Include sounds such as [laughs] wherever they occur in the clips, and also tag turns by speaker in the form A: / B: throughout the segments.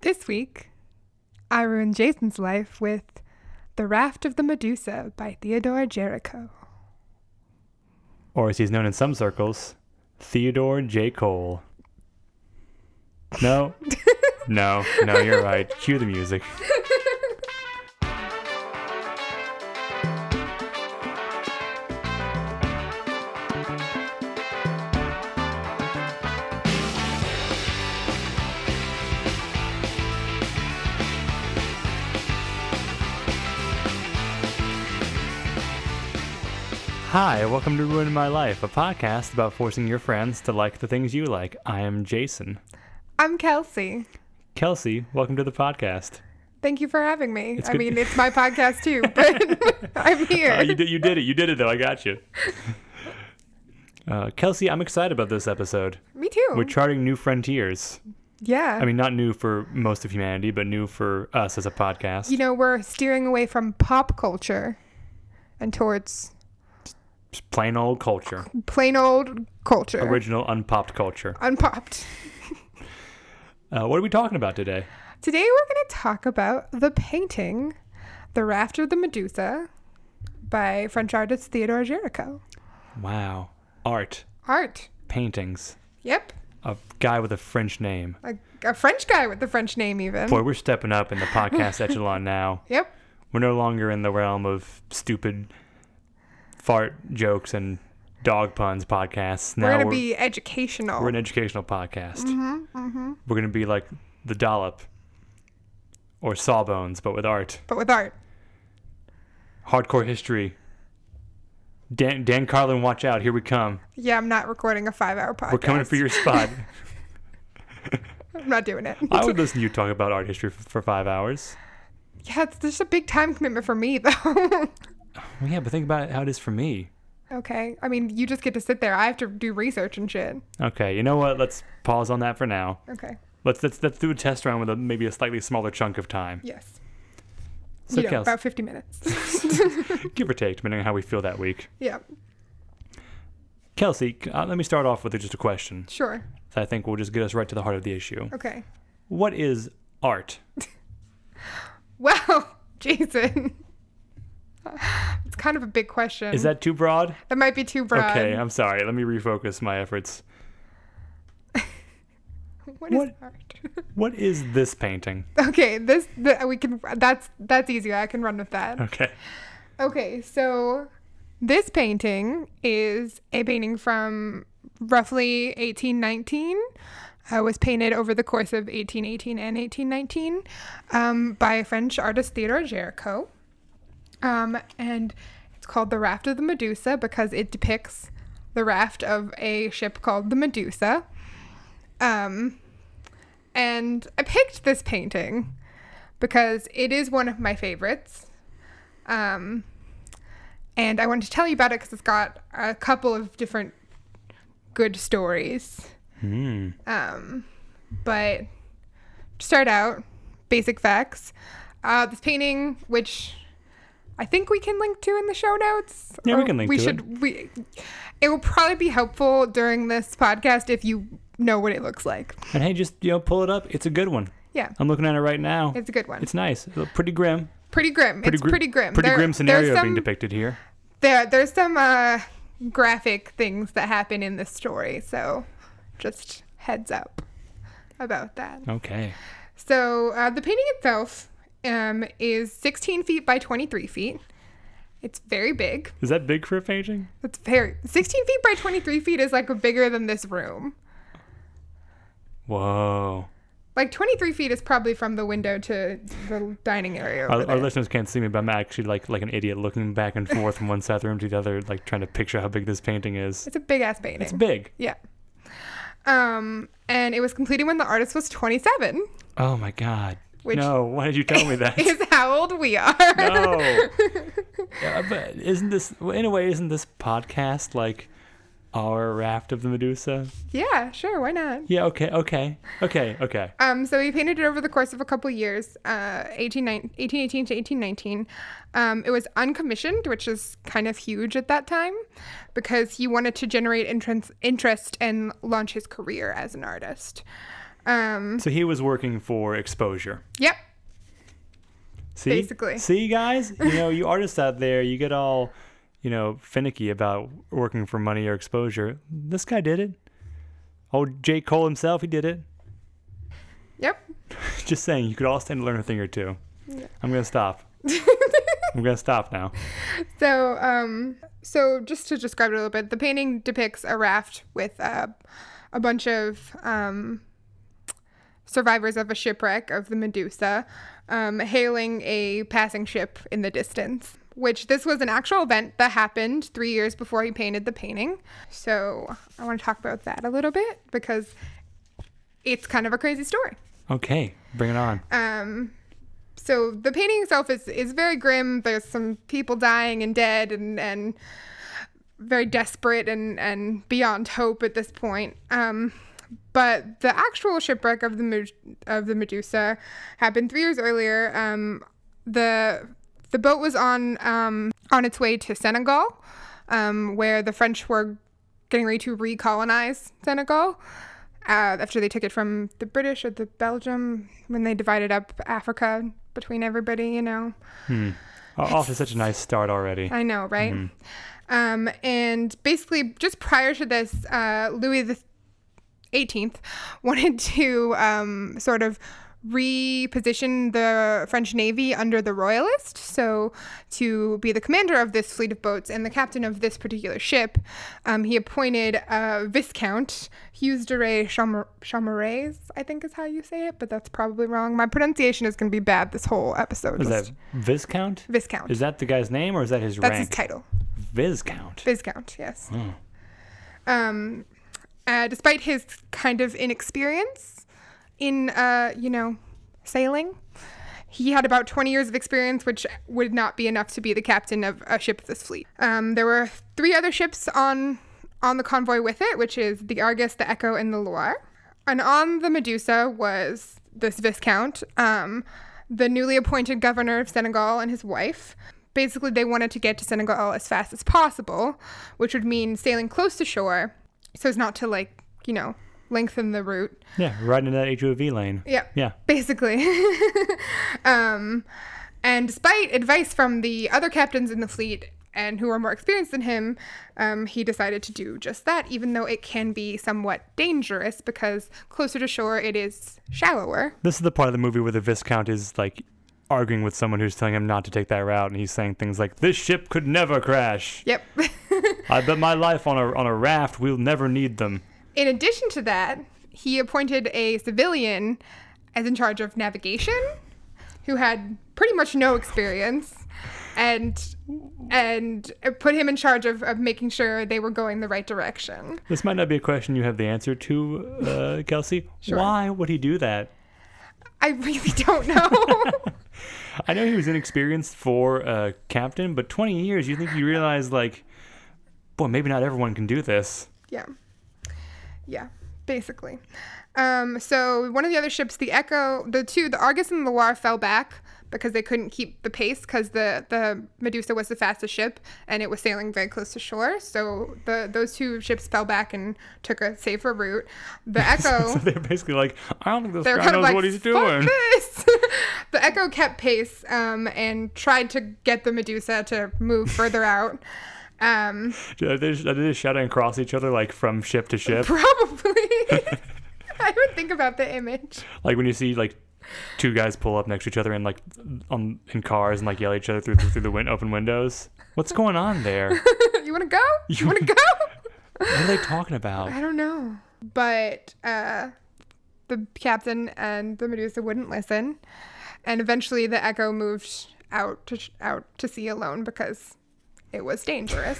A: This week, I ruined Jason's life with The Raft of the Medusa by Theodore Jericho.
B: Or as he's known in some circles, Theodore J. Cole. No. no, no, you're right. Cue the music. Hi, welcome to Ruin My Life, a podcast about forcing your friends to like the things you like. I am Jason.
A: I'm Kelsey.
B: Kelsey, welcome to the podcast.
A: Thank you for having me. I
B: good-
A: mean, it's my podcast too, [laughs] but
B: [laughs]
A: I'm here.
B: Oh, you did, you did it. You did it, though. I got you. Uh, Kelsey, I'm excited about this episode.
A: me too.
B: We're charting new frontiers.
A: yeah.
B: I mean, not new for most of humanity, but new for us as a podcast.
A: you know, we're steering away from pop culture and towards
B: Just plain old culture,
A: plain old culture.
B: original unpopped culture.
A: Unpopped.
B: Uh, what are we talking about today?
A: Today, we're going to talk about the painting, The Raft of the Medusa by French artist Theodore Jericho.
B: Wow, art,
A: Art.
B: paintings,
A: Yep.
B: a guy with a French name.
A: a, a French guy with the French name, even.
B: Boy, we're stepping up in
A: [laughs]
B: the podcast echelon now.
A: Yep.
B: We're no longer in the realm of stupid fart jokes and dog puns podcasts. Now
A: We're going to be Mm-hmm, educational.
B: we're an educational podcast. We're going to be like the dollop or sawbones, but with art,
A: but with art.
B: hardcore history. Dan, Dan Carlin, watch out! Here we come.
A: Yeah, I'm not recording a five hour podcast.
B: We're coming for
A: [laughs]
B: your spot.
A: I'm not doing it.
B: [laughs] I would listen to you talk about art history for, for five hours.
A: [laughs] yeah, it's just a big time commitment for me, though. [laughs]
B: Well, yeah, but think about how it is for me.
A: okay. I mean, you just get to sit there. I have to do research and shit.
B: Okay, you know what? Let's pause on that for now.
A: Okay.
B: Let's let's, let's do a test round with a, maybe a slightly smaller chunk of time.
A: Yes.
B: So,
A: you know,
B: Kelsey,
A: about 50 minutes. [laughs]
B: give or take, depending on how we feel that week.
A: yeah,
B: Kelsey, c- uh, let me start off with just a question
A: sure.
B: that I think will just get us right to the heart of the issue.
A: Okay.
B: What is art?
A: Well, [laughs] Jason. [laughs] It's kind of a big question.
B: Is that too broad?
A: that might be too Mm-hmm. broad.
B: Okay, uh, I'm sorry. Let me refocus my efforts.
A: [laughs] What is
B: what-
A: art?
B: What is this painting?
A: okay, this the, we can that's that's easy. I can run with that.
B: Okay.
A: Okay, so this painting is a painting from roughly 1819. Uh, was painted over the course of 1818 and 1819 um, by French artist Theodore Jericho. Um, and it's called The Raft of the Medusa because it depicts the raft of a ship called the Medusa. Um, and I picked this painting because it is one of my favorites. Um, and I wanted to tell you about it because it's got a couple of different good stories.
B: Hmm.
A: Um, but to start out, basic facts. Uh, this painting, which I think we can link to in the show notes.
B: Yeah, we
A: or
B: can link
A: we
B: to it.
A: should, We, it will probably be helpful during this podcast if you know what it looks like.
B: And hey, just you know, pull it up. It's a good one.
A: Yeah,
B: I'm looking at it right now. It's,
A: it's a good one. It's
B: nice. It's Pretty grim.
A: pretty grim.
B: Pretty
A: it's
B: gr-
A: pretty grim.
B: Pretty
A: There-
B: grim
A: there's
B: scenario being
A: some-
B: depicted here.
A: there there's some uh, graphic things that happen in this story, so just heads up about that.
B: Okay.
A: So uh, the painting itself um, is 16 feet by 23 feet. It's very big.
B: Is that big for a painting?
A: It's very 16 feet by 23 feet is like bigger than this room.
B: Whoa.
A: Like 23 feet is probably from the window to the dining area. Over
B: Our,
A: there.
B: our listeners can't see me, but I'm actually like like an idiot looking back and forth from one side of the room to the other, like trying to picture how big this painting is.
A: it's a big ass painting.
B: It's big.
A: yeah. Um, and it was completed when the artist was 27,
B: Oh my god.
A: Which-
B: no, why did you tell me [laughs]
A: [laughs]
B: that?
A: is how old we are.
B: [laughs] no. Yeah, but isn't this well, in a way? Isn't this podcast like our raft of the Medusa?
A: Yeah, sure, why not?
B: Yeah. Okay. Okay. Okay. Okay.
A: Um, so he painted it over the course of a couple years, uh, 18, 1818 to 1819. Um, it was uncommissioned, which is kind of huge at that time, because he wanted to generate entrance, interest and launch his career as an artist. Um,
B: So he was working for exposure.
A: yep.
B: See?
A: Basically.
B: See, guys? You
A: [laughs]
B: know, you artists out there, you get all, you know, finicky about working for money or exposure. This guy did it. Old J. Cole himself, he did it. [laughs]
A: Yep.
B: Just saying, you could all stand to learn a thing or two. I'm going
A: [laughs]
B: to stop. I'm going to stop now.
A: So, um, so just to describe it a little bit, the painting depicts a raft with uh, a bunch of um, survivors of a shipwreck of the Medusa um, hailing a passing ship in the distance. Which this was an actual event that happened three years before he painted the painting. So I want to talk about that a little bit because it's kind of a crazy story.
B: Okay, bring it on.
A: Um, so the painting itself is, is very grim. There's some people dying and dead and, and very desperate and, and beyond hope at this point. Um, but the actual shipwreck of the Mu- of the Medusa happened three years earlier. Um, the the boat was on um, on its way to Senegal, um, where the French were getting ready to recolonize Senegal uh, after they took it from the British or the Belgium when they divided up Africa between everybody, you know.
B: Off to such a nice start already.
A: I know, right?
B: Mm-hmm.
A: Um, and basically, just prior to this, uh, Louis the Eighteenth wanted to um, sort of reposition the French Navy under the Royalist, so to be the commander of this fleet of boats and the captain of this particular ship. Um, he appointed uh, Viscount Hughes de Ray Chamar- Chamarays, I think is how you say it, but that's probably wrong. My pronunciation is going to be bad this whole episode.
B: Is
A: Just-
B: that Viscount?
A: Viscount.
B: Is that the guy's name or is that his
A: that's
B: rank?
A: his title.
B: Viscount.
A: Viscount, yes. Um, uh, despite his kind of inexperience in, uh, you know, sailing, he had about 20 years of experience, which would not be enough to be the captain of a ship of this fleet. Um, there were three other ships on on the convoy with it, which is the Argus, the Echo, and the Loire. And on the Medusa was this Viscount, um, the newly appointed governor of Senegal and his wife. Basically, they wanted to get to Senegal as fast as possible, which would mean sailing close to shore so as not to, like, you know, lengthen the route.
B: Yeah, right in that HOV lane.
A: Yeah,
B: Yeah.
A: basically. [laughs] um, and despite advice from the other captains in the fleet and who were more experienced than him, um, he decided to do just that, even though it can be somewhat dangerous because closer to shore it is shallower.
B: This is the part of the movie where the Viscount is like arguing with someone who's telling him not to take that route, and he's saying things like, "This ship could never crash.
A: Yep.
B: I bet my life on a on a raft. We'll never need them."
A: [laughs] in addition to that, he appointed a civilian as in charge of navigation who had pretty much no experience and and put him in charge of, of making sure they were going the right direction.
B: This might not be a question you have the answer to, uh, Kelsey. Why would he do that?
A: I really [laughs] don't know.
B: I know he was inexperienced for a captain, but 20 years. You think you realize like, boy, maybe not everyone can do this. [laughs]
A: yeah. Yeah, basically. Um, so one of the other ships, the Echo, the two, the Argus and the Loire fell back because they couldn't keep the pace because the, the Medusa was the fastest ship and it was sailing very close to shore. So the those two ships fell back and took a safer route.
B: [laughs]
A: The Echo.
B: So they're basically like, I don't think this
A: Oh. they're
B: guy
A: kind
B: knows
A: of like
B: what he's
A: "Fuck
B: doing.
A: this!" [laughs] the Echo kept pace um, and tried to get the Medusa to move further out. Um,
B: Are [laughs] they, just, are they just shouting across each other like from ship to ship?
A: Probably. [laughs] I would think about the image. [laughs]
B: Like when you see like two guys pull up next to each other and like on in cars and like yell at each other through through the win- open windows. What's going on there?
A: you want to go? You want to go?
B: What are they talking about?
A: I don't know. But uh, the captain and the Medusa wouldn't listen, and eventually the Echo moved out to out to sea alone because it was [laughs] dangerous.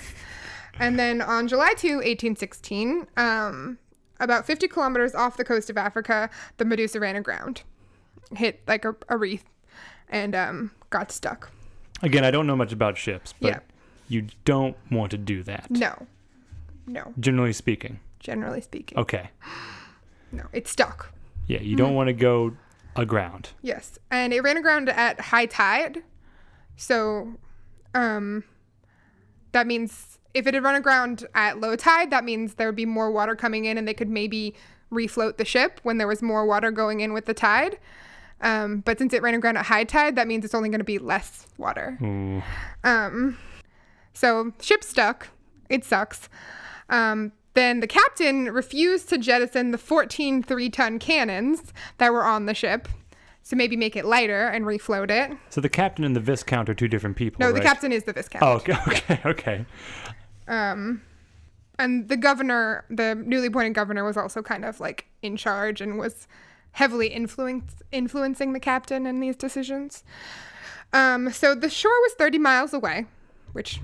A: and then on July 2, 1816, um, about 50 kilometers off the coast of Africa, the Medusa ran aground, hit like a, a reef, and um, got stuck.
B: Again, I don't know much about ships, but
A: Yeah.
B: you don't want to do that.
A: No. No,
B: Generally speaking.
A: generally speaking.
B: Okay.
A: No, it's stuck.
B: Yeah, you
A: Mm-hmm.
B: don't want to go aground.
A: Yes. And it ran aground at high tide. So um that means if it had run aground at low tide, that means there would be more water coming in and they could maybe refloat the ship when there was more water going in with the tide. Um, but since it ran aground at high tide, that means it's only going to be less water.
B: Ooh.
A: Um, so ship stuck. It sucks. Um, then the captain refused to jettison the 14 three ton cannons that were on the ship. So maybe make it lighter and refloat it.
B: So the captain and the viscount are two different people.
A: No, the
B: right?
A: captain is the viscount.
B: Oh, okay, [laughs] okay, okay.
A: Um, and the governor, the newly appointed governor, was also kind of like in charge and was heavily influence, influencing the captain in these decisions. Um, so the shore was 30 miles away, which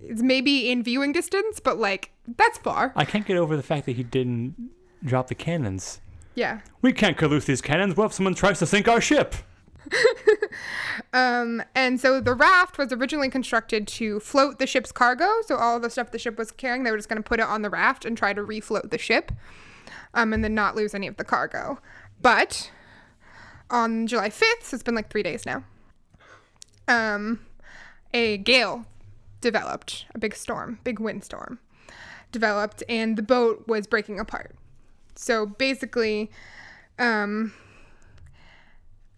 A: is maybe in viewing distance, but like that's far.
B: I can't get over the fact that he didn't drop the cannons.
A: Yeah.
B: We can't Carloose these cannons. What if someone tries to sink our ship?
A: Um, and so the raft was originally constructed to float the ship's cargo. So all the stuff the ship was carrying, they were just going to put it on the raft and try to refloat the ship, um, and then not lose any of the cargo. But on July 5th, so it's been like three days now, um, a gale developed, a big storm, big windstorm developed, and the boat was breaking apart. So basically, um,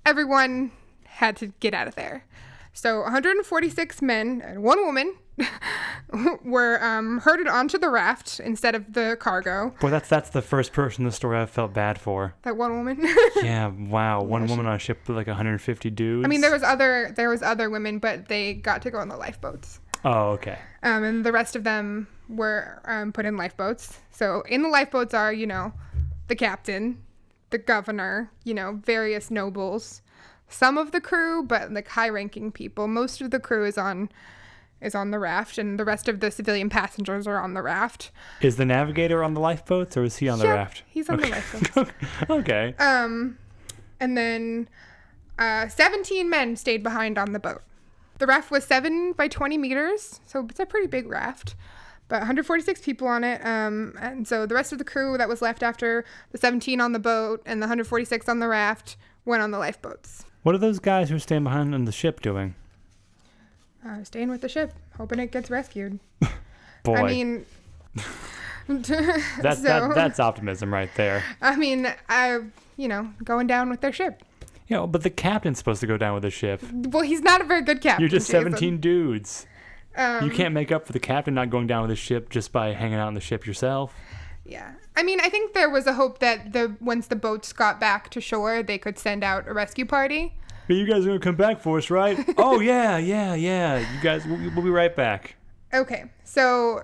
A: everyone had to get out of there. So 146 men and one woman [laughs] were um, herded onto the raft instead of the cargo.
B: Boy, that's that's the first person in the story I've felt bad for.
A: That one woman. [laughs]
B: Yeah, wow. One woman on a ship with like 150 dudes.
A: I mean, there was other there was other women, but they got to go on the lifeboats,
B: Oh, okay.
A: um, and the rest of them were um, put in lifeboats. So in the lifeboats are you know the captain, the governor, you know various nobles, some of the crew, but like high ranking people. Most of the crew is on is on the raft, and the rest of the civilian passengers are on the raft.
B: Is the navigator on the lifeboats or is he on the
A: Yep,
B: raft? [laughs]
A: He's on the lifeboat.
B: okay.
A: Um, and then uh, 17 men stayed behind on the boat. The raft was 7 by 20 meters, so it's a pretty big raft, but 146 people on it. Um, and so the rest of the crew that was left after the 17 on the boat and the 146 on the raft went on the lifeboats.
B: What are those guys who are staying behind on the ship doing?
A: Uh, staying with the ship, hoping it gets rescued.
B: Boy,
A: I mean, [laughs]
B: that's,
A: so-
B: that, that's optimism right there.
A: I mean, I, you know, going down with their ship.
B: You know, but the captain's supposed to go down with the ship.
A: Well, he's not a very good captain.
B: You're just
A: Jason.
B: 17 dudes.
A: Um,
B: You can't make up for the captain not going down with the ship just by hanging out on the ship yourself.
A: Yeah. I mean, I think there was a hope that the once the boats got back to shore, they could send out a rescue party.
B: Hey, you guys are gonna come back for us,
A: [laughs]
B: right? oh yeah, yeah, yeah. You guys, we'll, we'll be right back.
A: Okay. So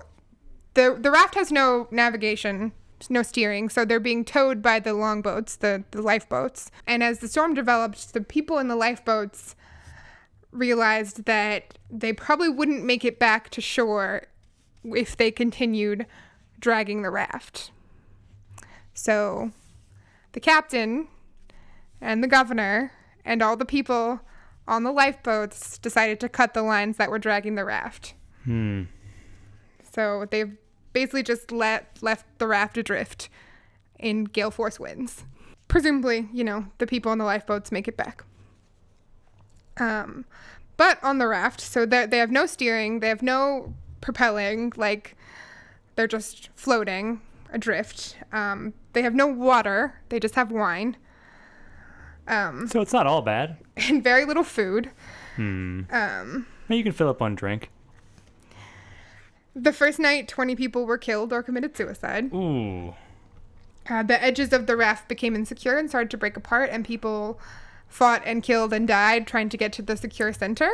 A: the the raft has no navigation, no steering, so they're being towed by the longboats, the the lifeboats. And as the storm developed, the people in the lifeboats realized that they probably wouldn't make it back to shore if they continued dragging the raft. So the captain and the governor and all the people on the lifeboats decided to cut the lines that were dragging the raft.
B: Hmm.
A: So they've basically just let left the raft adrift in gale force winds. Presumably, you know, the people on the lifeboats make it back. Um, but on the raft, so they they have no steering, they have no propelling, like they're just floating adrift. Um, they have no water, they just have wine. [laughs] Um,
B: So it's not all bad.
A: and very little food.
B: Hmm.
A: Um,
B: Well, You can fill up one drink.
A: the first night, 20 people were killed or committed suicide.
B: Ooh.
A: Uh, the edges of the raft became insecure and started to break apart, and people fought and killed and died trying to get to the secure center.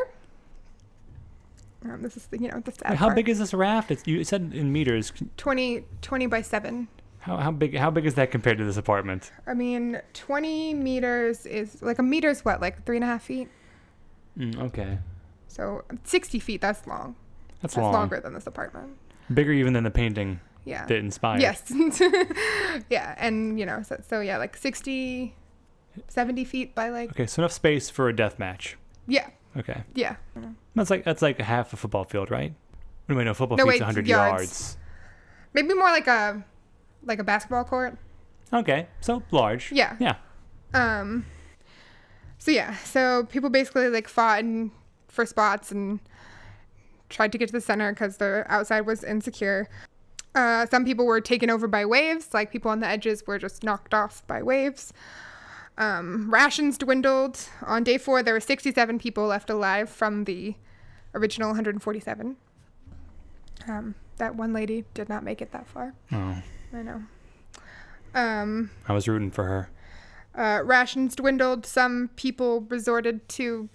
A: Um, this is, the, you know, the sad
B: How
A: part.
B: big is this raft? It's, you said in meters.
A: 20, 20 by 7.
B: How, how big? How big is that compared to this apartment?
A: I mean, 20 meters is like a meter's what, like three and a half feet?
B: Mm, okay,
A: So 60 feet, that's long.
B: that's,
A: That's
B: long.
A: longer than this apartment.
B: Bigger even than the painting
A: Yeah.
B: that inspired.
A: Yes. [laughs] yeah. And, you know, so, so yeah, like 60, 70 feet by like,
B: Okay, so enough space for a death match.
A: yeah,
B: Okay,
A: yeah.
B: that's like that's like half a football field, right? What do I know? Football
A: No,
B: field's
A: wait,
B: 100
A: yards. Maybe more like a, like a basketball court.
B: yards. Okay, so large.
A: Yeah.
B: Yeah.
A: Um, so yeah, so people basically like fought and for spots and tried to get to the center because the outside was insecure. Uh, some people were taken over by waves, like people on the edges were just knocked off by waves. Um, rations dwindled. On day four, there were 67 people left alive from the original 147. Um, that one lady did not make it that far.
B: Oh,
A: I know. Um,
B: I was rooting for her.
A: uh, rations dwindled. Some people resorted to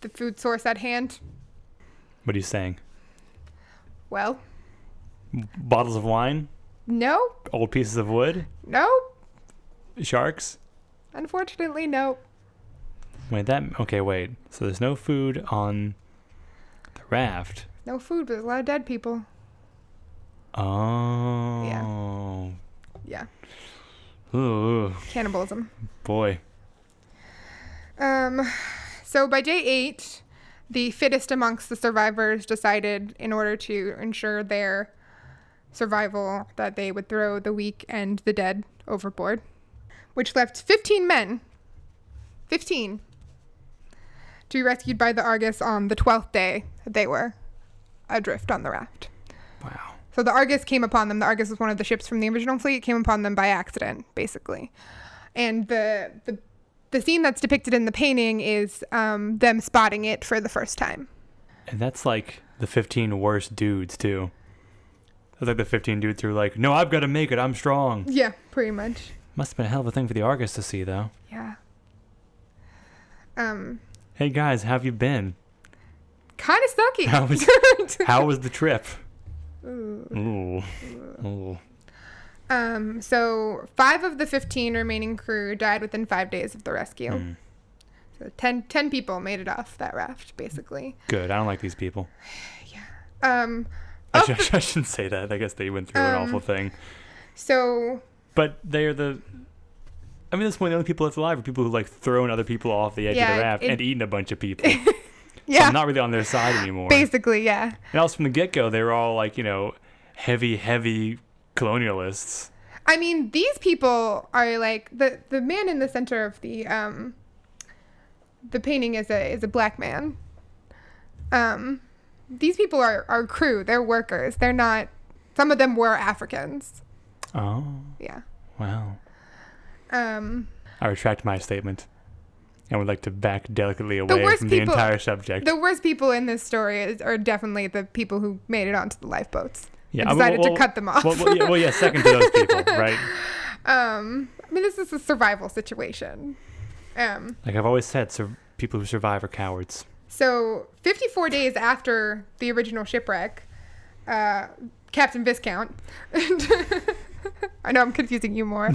A: the food source at hand.
B: What are you saying?
A: Well,
B: Bottles of wine,
A: no,
B: old pieces of wood,
A: no,
B: sharks.
A: unfortunately, no.
B: Wait, that okay? Wait. So there's no food on the raft.
A: No food, but there's a lot of dead people.
B: Oh.
A: Yeah,
B: Ooh,
A: cannibalism.
B: boy.
A: Um, so by day eight, the fittest amongst the survivors decided, in order to ensure their survival, that they would throw the weak and the dead overboard, which left 15 men, 15, to be rescued by the Argus on the 12th day that they were adrift on the raft.
B: Wow.
A: So the Argus came upon them. The Argus was one of the ships from the original fleet. It came upon them by accident, basically. And the the the scene that's depicted in the painting is um, them spotting it for the first time.
B: And that's like the 15 worst dudes too. That's like the 15 dudes who are like, no, I've got to make it. I'm strong.
A: Yeah, pretty much.
B: Must have been a hell of a thing for the Argus to see though.
A: Yeah. Um,
B: Hey guys, how have you been?
A: kind of sucky.
B: How
A: [laughs]
B: was- How was the trip?
A: Ooh.
B: Ooh. Ooh.
A: um, so five of the fifteen remaining crew died within five days of the rescue.
B: Hmm.
A: So 10, 10 people made it off that raft, basically.
B: Good. I don't like these people.
A: Um,
B: I,
A: Of
B: should, [laughs] I shouldn't say that. I guess they went through an
A: Um,
B: awful thing.
A: so
B: But they are the. I mean, at this point, the only people left alive are people who like thrown other people off the edge of
A: Yeah,
B: the raft
A: it-
B: and eaten a bunch of people.
A: [laughs] yeah,
B: I'm not really on their side anymore.
A: basically yeah.
B: and also from the get go, they were all like, you know, heavy, heavy colonialists.
A: I mean, these people are like the the man in the center of the um the painting is a is a black man. Um these people are are crew, they're workers. They're not some of them were Africans.
B: Oh,
A: Yeah.
B: wow.
A: Um
B: I retract my statement and would like to back delicately away
A: worst
B: from the
A: people-
B: entire subject.
A: the worst people in this story is, are definitely the people who made it onto the lifeboats.
B: yeah,
A: I
B: mean,
A: decided to cut them off.
B: Well, well, yeah, well, yeah, second
A: [laughs]
B: to those people, right?
A: Um I mean, this is a survival situation. Um
B: Like I've always said, sur- people who survive are cowards.
A: So, 54 days after the original shipwreck, uh, Captain Viscount, [laughs] I know I'm confusing you
B: [laughs]
A: more,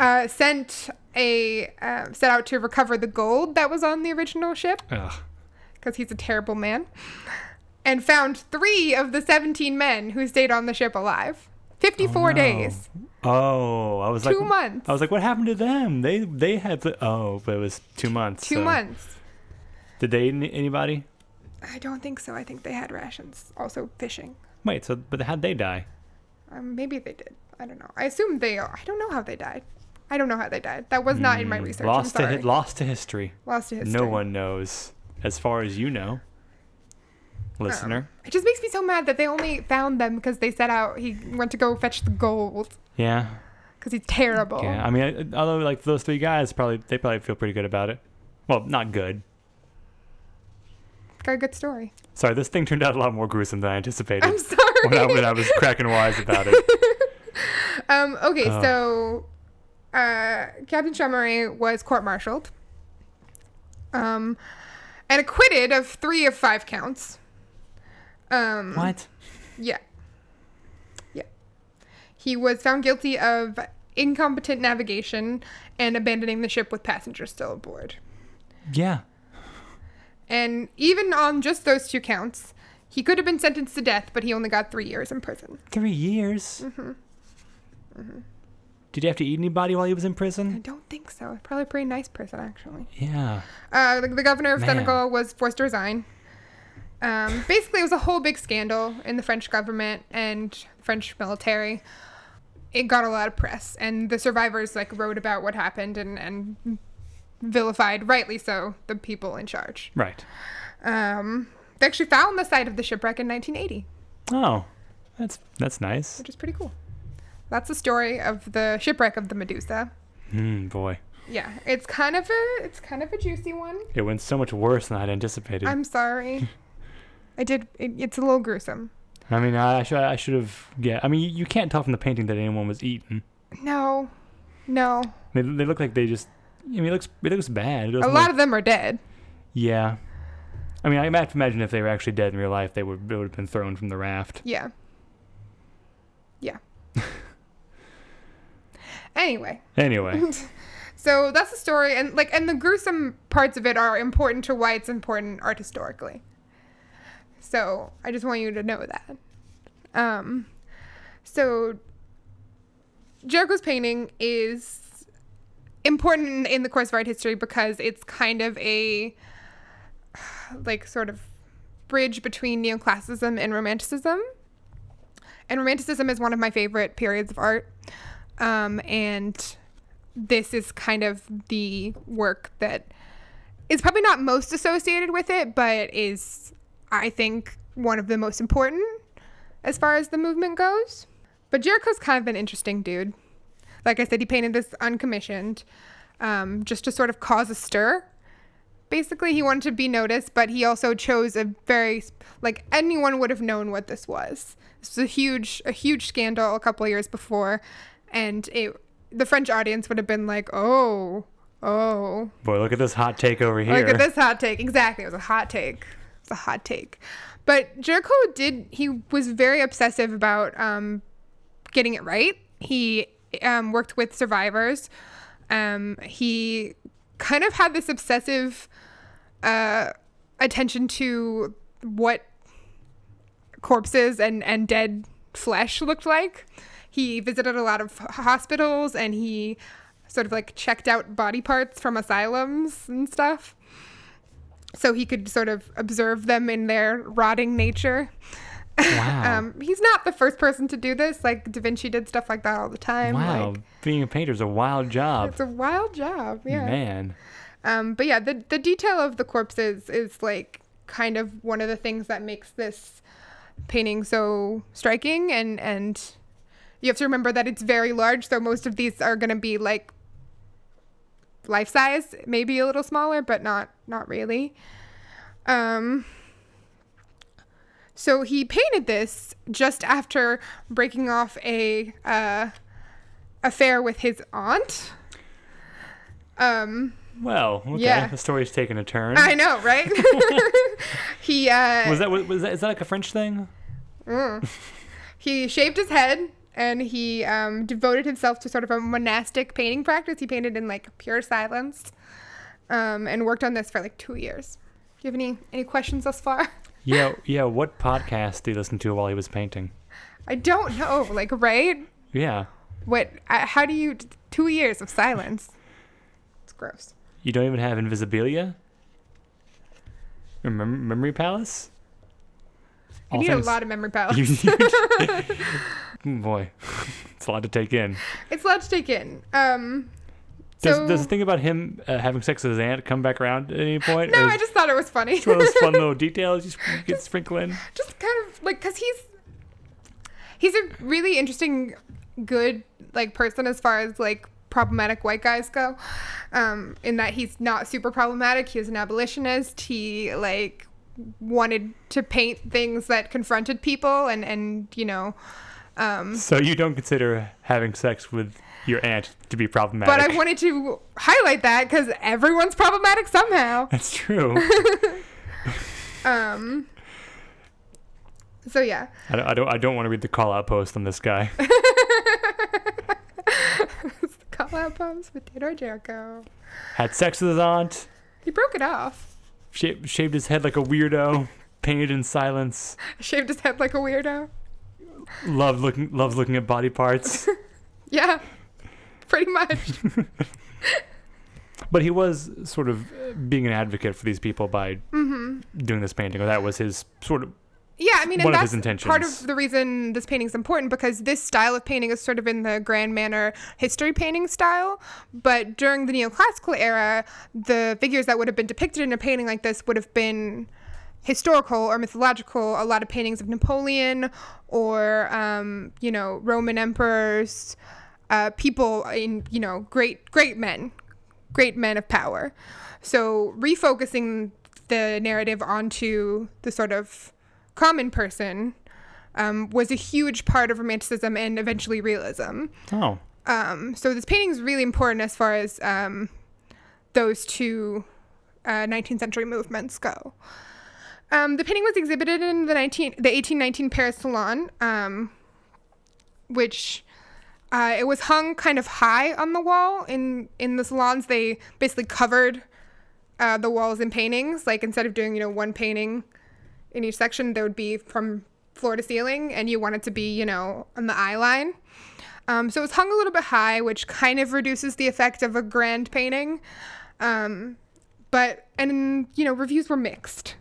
A: uh, sent a uh, set out to recover the gold that was on the original ship
B: Ugh.
A: because he's a terrible man, and found three of the 17 men who stayed on the ship alive. 54
B: no.
A: days,
B: Oh, I was like
A: two months,
B: I was like, what happened to them? They they had the, oh, but it was two months.
A: two
B: so-
A: months.
B: Did they eat any- anybody?
A: I don't think so. I think they had rations. Also, fishing.
B: Wait, so but how'd they die?
A: Um, maybe they did. I don't know. I assume they. I don't know how they died. I don't know how they died. That was not in my
B: Mm,
A: research.
B: Lost
A: I'm
B: to
A: sorry.
B: hi- lost to history.
A: lost to history.
B: No one knows, as far as you know, listener.
A: It just makes me so mad that they only found them because they set out. He went to go fetch the gold
B: yeah,
A: because he's terrible.
B: yeah. I mean, I- although like those three guys probably they probably feel pretty good about it. Well, not good.
A: Got a good
B: [laughs]
A: story.
B: Sorry, this thing turned out a lot more gruesome than I anticipated
A: I'm sorry.
B: when I when I was cracking wise about it.
A: [laughs] um. Okay.
B: Oh.
A: So, uh, Captain Chamare was court-martialed. Um, and acquitted of three of five counts. Um.
B: What?
A: Yeah. Yeah. He was found guilty of incompetent navigation and abandoning the ship with passengers still aboard.
B: Yeah.
A: And even on just those two counts, he could have been sentenced to death, but he only got three years in prison.
B: Three years.
A: Mm-hmm.
B: Did he have to eat anybody while he was in
A: I
B: prison?
A: don't think so. Probably a pretty nice prison, actually.
B: Yeah.
A: Uh, the, the governor of
B: Man.
A: Senegal was forced to resign. Um, basically, it was a whole big scandal in the French government and French military. It got a lot of press, and the survivors like wrote about what happened and and vilified, rightly so, the people in charge.
B: Right.
A: Um, they actually found the site of the shipwreck in 1980.
B: Oh. That's that's nice.
A: which is pretty cool. That's the story of the shipwreck of the Medusa.
B: Mm, boy,
A: Yeah, it's kind of a it's kind of a juicy one.
B: it went so much worse than I'd anticipated.
A: I'm sorry. I did. It, it's a little gruesome.
B: I mean, I, I should I should have. Yeah, I mean, you, you can't tell from the painting that anyone was eaten.
A: No, no.
B: They, they look like they just. I mean, it looks it looks bad. It
A: A
B: doesn't
A: lot
B: look-
A: of them are dead.
B: yeah. I mean, I have to imagine if they were actually dead in real life, they would, they would have been thrown from the raft.
A: Yeah. Yeah. anyway, [laughs]
B: Anyway,
A: so that's the story, and like, and the gruesome parts of it are important to why it's important art historically. So I just want you to know that. Um, so Jericho's painting is important in- in the course of art history because it's kind of a like sort of bridge between neoclassicism and romanticism. And romanticism is one of my favorite periods of art. Um, and this is kind of the work that is probably not most associated with it, but is, I think, one of the most important as far as the movement goes. But Jericho's kind of an interesting dude. Like I said, he painted this uncommissioned um, just to sort of cause a stir. Basically, he wanted to be noticed, but he also chose a very like anyone would have known what this was. This was a huge, a huge scandal a couple of years before, and it the French audience would have been like, "Oh, oh,
B: boy, look at this hot take over here.
A: Look at this hot take. Exactly. It was a hot take. It's a hot take. But Jericho did, he was very obsessive about um, getting it right. He um, worked with survivors. Um, he kind of had this obsessive uh, attention to what corpses and, and dead flesh looked like. He visited a lot of h- hospitals and he sort of like checked out body parts from asylums and stuff. So he could sort of observe them in their rotting nature.
B: [laughs] Wow.
A: Um, he's not the first person to do this. Like Da Vinci did stuff like that all the time.
B: wow.
A: Like,
B: Being a painter's a wild job.
A: it's a wild job. Yeah.
B: Man.
A: Um, but yeah, the the detail of the corpses is like kind of one of the things that makes this painting so striking, and and you have to remember that it's very large, so most of these are going to be like life size, maybe a little smaller, but not not really. Um, so he painted this just after breaking off a uh, affair with his aunt. Um,
B: Well, okay.
A: Yeah.
B: The story's taken a turn.
A: I know, [laughs] right? he uh,
B: was that was that is that like a French thing?
A: he shaved his head and he um, devoted himself to sort of a monastic painting practice. He painted in like pure silence, um, and worked on this for like two years. Do you have any any questions thus far?
B: Yeah, yeah. What podcast did he listen to while he was painting?
A: I don't know. Like, right?
B: Yeah,
A: What? I- How do you? Two years of silence. It's gross.
B: you don't even have Invisibilia. Or Mem- Memory Palace.
A: You
B: All
A: need
B: things-
A: a lot of memory power.
B: [laughs] You-
A: [laughs]
B: you- boy, [laughs] it's a lot to take in.
A: it's a lot to take in. Um,
B: Does,
A: so
B: does the thing about him uh, having sex with his aunt come back around at any point?
A: no,
B: or is
A: I just thought it was funny.
B: it one of those fun little details you sp- you can sprinkle in?
A: [laughs] just kind of like because he's he's a really interesting good like person as far as like problematic white guys go um in that he's not super problematic he was an abolitionist he like wanted to paint things that confronted people and and you know um
B: So you don't consider having sex with your aunt to be problematic? [laughs]
A: but i wanted to highlight that because everyone's problematic somehow
B: That's true.
A: um so yeah
B: I don't, I don't, I don't want to read the call out post on this
A: [laughs]
B: guy.
A: call out poems with theodore jericho
B: Had sex with his aunt,
A: he broke it off
B: sha- shaved his head like a weirdo, painted in silence,
A: [laughs] shaved his head like a weirdo.
B: loved looking, loved looking at body parts.
A: Yeah, pretty much.
B: [laughs] But he was sort of being an advocate for these people by doing this painting, or that was his sort of.
A: Yeah, I mean, and
B: One of
A: that's
B: his
A: part
B: intentions.
A: of the reason this painting's important because this style of painting is sort of in the grand manner history painting style. But during the neoclassical era, the figures that would have been depicted in a painting like this would have been historical or mythological, a lot of paintings of Napoleon or, um, you know, Roman emperors, uh, people in, you know, great, great men, great men of power. So refocusing the narrative onto the sort of common person um, was a huge part of Romanticism and eventually realism.
B: Oh,
A: Um, so this painting is really important as far as um, those two uh, 19th century movements go. Um, the painting was exhibited in the 19, the 1819 Paris Salon, um, which uh, it was hung kind of high on the wall. In in the salons, they basically covered uh, the walls in paintings. Like instead of doing you know one painting in each section, there would be from floor to ceiling, and you want it to be you know on the eye line. Um, so it's hung a little bit high, which kind of reduces the effect of a grand painting. Um, but and you know reviews were mixed.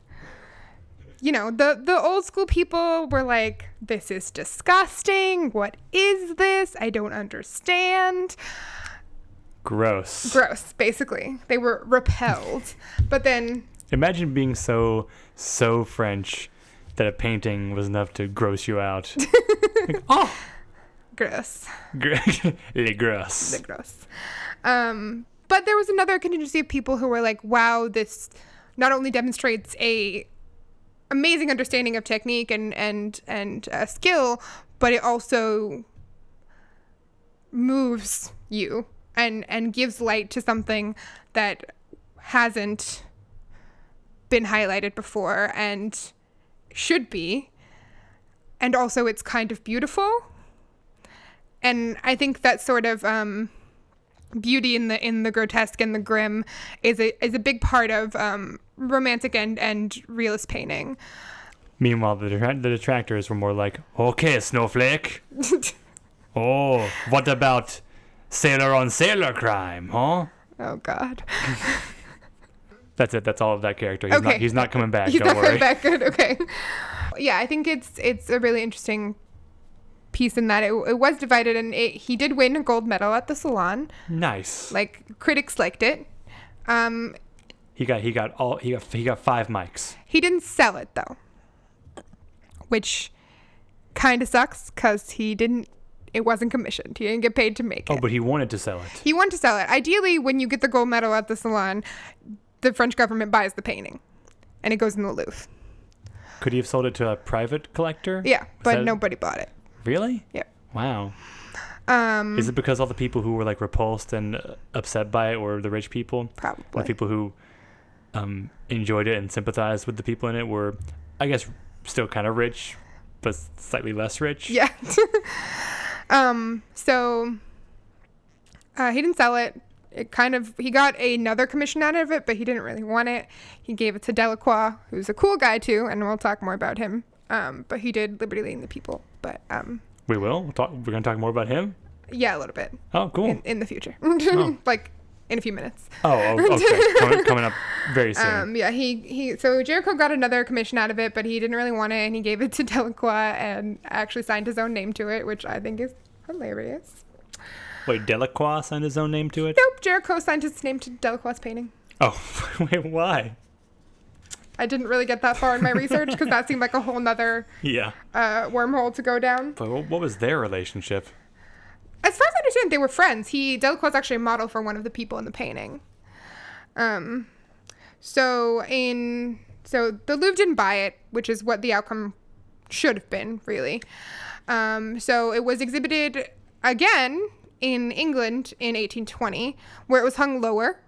A: You know the the old school people were like, "This is disgusting. What is this? I don't understand."
B: gross.
A: Gross. Basically, they were repelled. but then
B: Imagine being so so French that a painting was enough to gross you out. Like, oh,
A: gross.
B: gr- [laughs] le gross.
A: the gross. Um, but there was another contingency of people who were like, "Wow, this not only demonstrates a amazing understanding of technique and and and uh, skill, but it also moves you and and gives light to something that hasn't been highlighted before and should be." And also, it's kind of beautiful and I think that sort of um, beauty in the in the grotesque and the grim is a is a big part of um, romantic and and realist painting.
B: Meanwhile, the, detra- the detractors were more like, "Okay, snowflake. Oh, what about sailor on sailor crime, huh?"
A: oh God,
B: That's it. That's all of that character. He's not.
A: Okay.
B: He's not coming
A: [laughs]
B: back.
A: you
B: don't
A: got
B: worry.
A: that back good. Okay, yeah, I think it's it's a really interesting piece in that it, it was divided and it, he did win a gold medal at the salon.
B: Nice.
A: Like critics liked it. Um,
B: he got. He got all. He got. He got five mics.
A: He didn't sell it though, which kind of sucks because he didn't. It wasn't commissioned. He didn't get paid to make
B: Oh,
A: it.
B: but he wanted to sell it.
A: He wanted to sell it. Ideally, when you get the gold medal at the salon, the French government buys the painting, and it goes in the Louvre.
B: Could he have sold it to a private collector?
A: Yeah, Mm-hmm. but
B: that-
A: nobody bought it.
B: Really?
A: Yep.
B: Wow.
A: Um,
B: Is it because all the people who were like repulsed and uh, upset by it were the rich people? The
A: probably.
B: people who um, enjoyed it and sympathized with the people in it were, I guess, still kind of rich, but slightly less rich.
A: Yeah. [laughs] um. So uh, he didn't sell it. It kind of he got another commission out of it, but he didn't really want it. He gave it to Delacroix, who's a cool guy too, and we'll talk more about him. Um, but he did Liberty Leading the People, but um,
B: We will. We'll talk, we're going to talk more about him.
A: yeah, a little bit
B: Oh, cool.
A: in, in the future, [laughs] like in a few minutes.
B: oh,
A: [laughs]
B: oh, okay. coming, coming up very soon.
A: Um, yeah, he he. So Jericho got another commission out of it, but he didn't really want it, and he gave it to [laughs] Delacroix and actually signed his own name to it, which I think is hilarious.
B: Wait, Delacroix signed his own name to it?
A: Nope, Jericho signed his name to Delacroix's painting.
B: Oh, [laughs] wait, why?
A: I didn't really get that far in my research because that seemed like a whole nother
B: Yeah.
A: uh, wormhole to go down.
B: But wh- what was their relationship?
A: As far as I understand, they were friends. He Delacroix is actually a model for one of the people in the painting. Um, so in so the Louvre didn't buy it, which is what the outcome should have been, really. Um, so it was exhibited again in England in 1820, where it was hung lower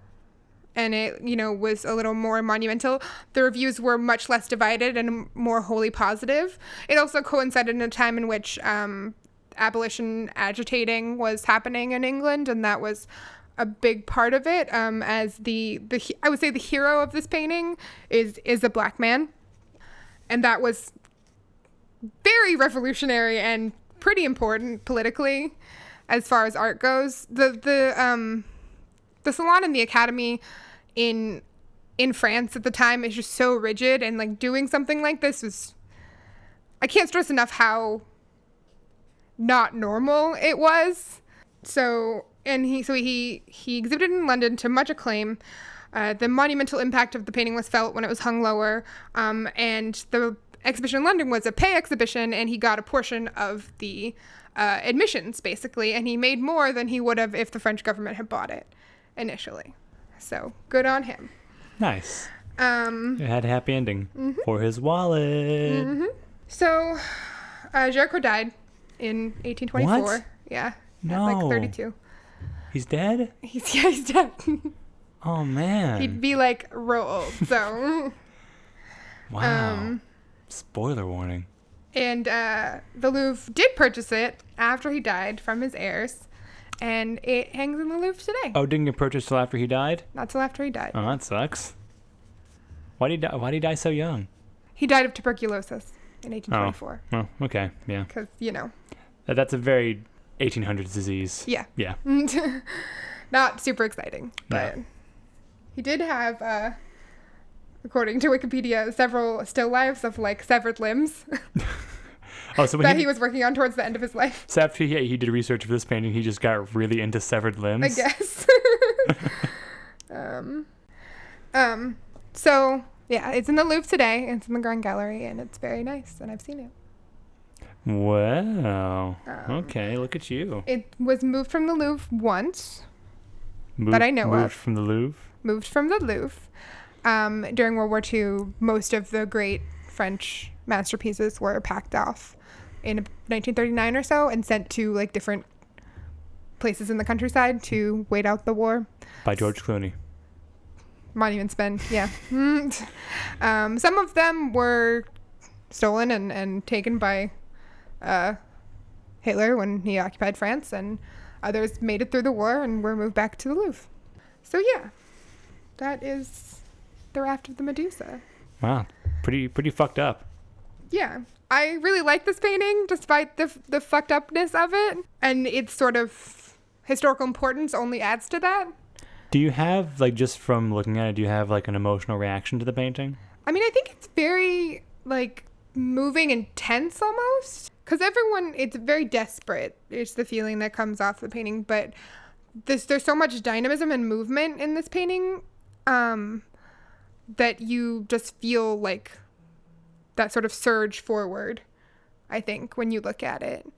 A: and it you know was a little more monumental the reviews were much less divided and more wholly positive it also coincided in a time in which um, abolition agitating was happening in england and that was a big part of it um, as the, the he- i would say the hero of this painting is is a black man and that was very revolutionary and pretty important politically as far as art goes the the um the salon and the academy in in France at the time is just so rigid and like doing something like this was I can't stress enough how not normal it was. So and he so he he exhibited in London to much acclaim. Uh, the monumental impact of the painting was felt when it was hung lower, um, and the exhibition in London was a pay exhibition, and he got a portion of the uh, admissions basically, and he made more than he would have if the French government had bought it initially. So good on him.
B: Nice.
A: Um, mm-hmm.
B: It had a happy ending for his wallet.
A: so uh, Jericho died in 1824.
B: What?
A: Yeah, at
B: No.
A: like 32.
B: He's dead?
A: He's [laughs] yeah, he's dead.
B: Oh, man.
A: He'd be like real old. So. [laughs]
B: wow.
A: um,
B: Spoiler warning.
A: And uh, the Louvre did purchase it after he died from his heirs, and it hangs in the Louvre today.
B: Oh, didn't get purchased till after he died?
A: Not till after he died.
B: Oh, that sucks. Why did he die, why did he die so young?
A: He died of tuberculosis in
B: Oh,
A: 1824.
B: well, okay, yeah.
A: Because, you know,
B: That- That's a very 1800s disease.
A: yeah. [laughs]
B: Yeah.
A: Not super exciting, but he did have, uh, according to Wikipedia, several still lives of like severed limbs
B: Oh,
A: [laughs]
B: so,
A: Mm-hmm. that
B: when
A: he
B: he,
A: was working on towards the end of his life,
B: so after he, he did research for this painting, he just got really into severed limbs.
A: I guess. [laughs] um, um, so, yeah, it's in the Louvre today. It's in the Grand Gallery, and it's very nice, and I've seen it.
B: Wow.
A: Um,
B: okay, look at you.
A: It was moved from the Louvre once,
B: Moved,
A: I know
B: moved
A: of.
B: from the Louvre.
A: moved from the Louvre. Um, during World War II, most of the great French masterpieces were packed off in 1939 or so and sent to like different places in the countryside to wait out the war.
B: by George Clooney.
A: Monuments men, yeah. [laughs] Mm. um, some of them were stolen and, and taken by uh, Hitler when he occupied France, and others made it through the war and were moved back to the Louvre. So, yeah, that is The Raft of the Medusa.
B: Wow, pretty pretty fucked up.
A: Yeah, I really like this painting despite the, f- the fucked upness of it, and its sort of historical importance only adds to that.
B: Do you have like just from looking at it? Do you have like an emotional reaction to the painting?
A: I mean, I think it's very like moving and tense almost because everyone it's very desperate. It's the feeling that comes off the painting, but this there's so much dynamism and movement in this painting um that you just feel like that sort of surge forward, I think, when you look at it.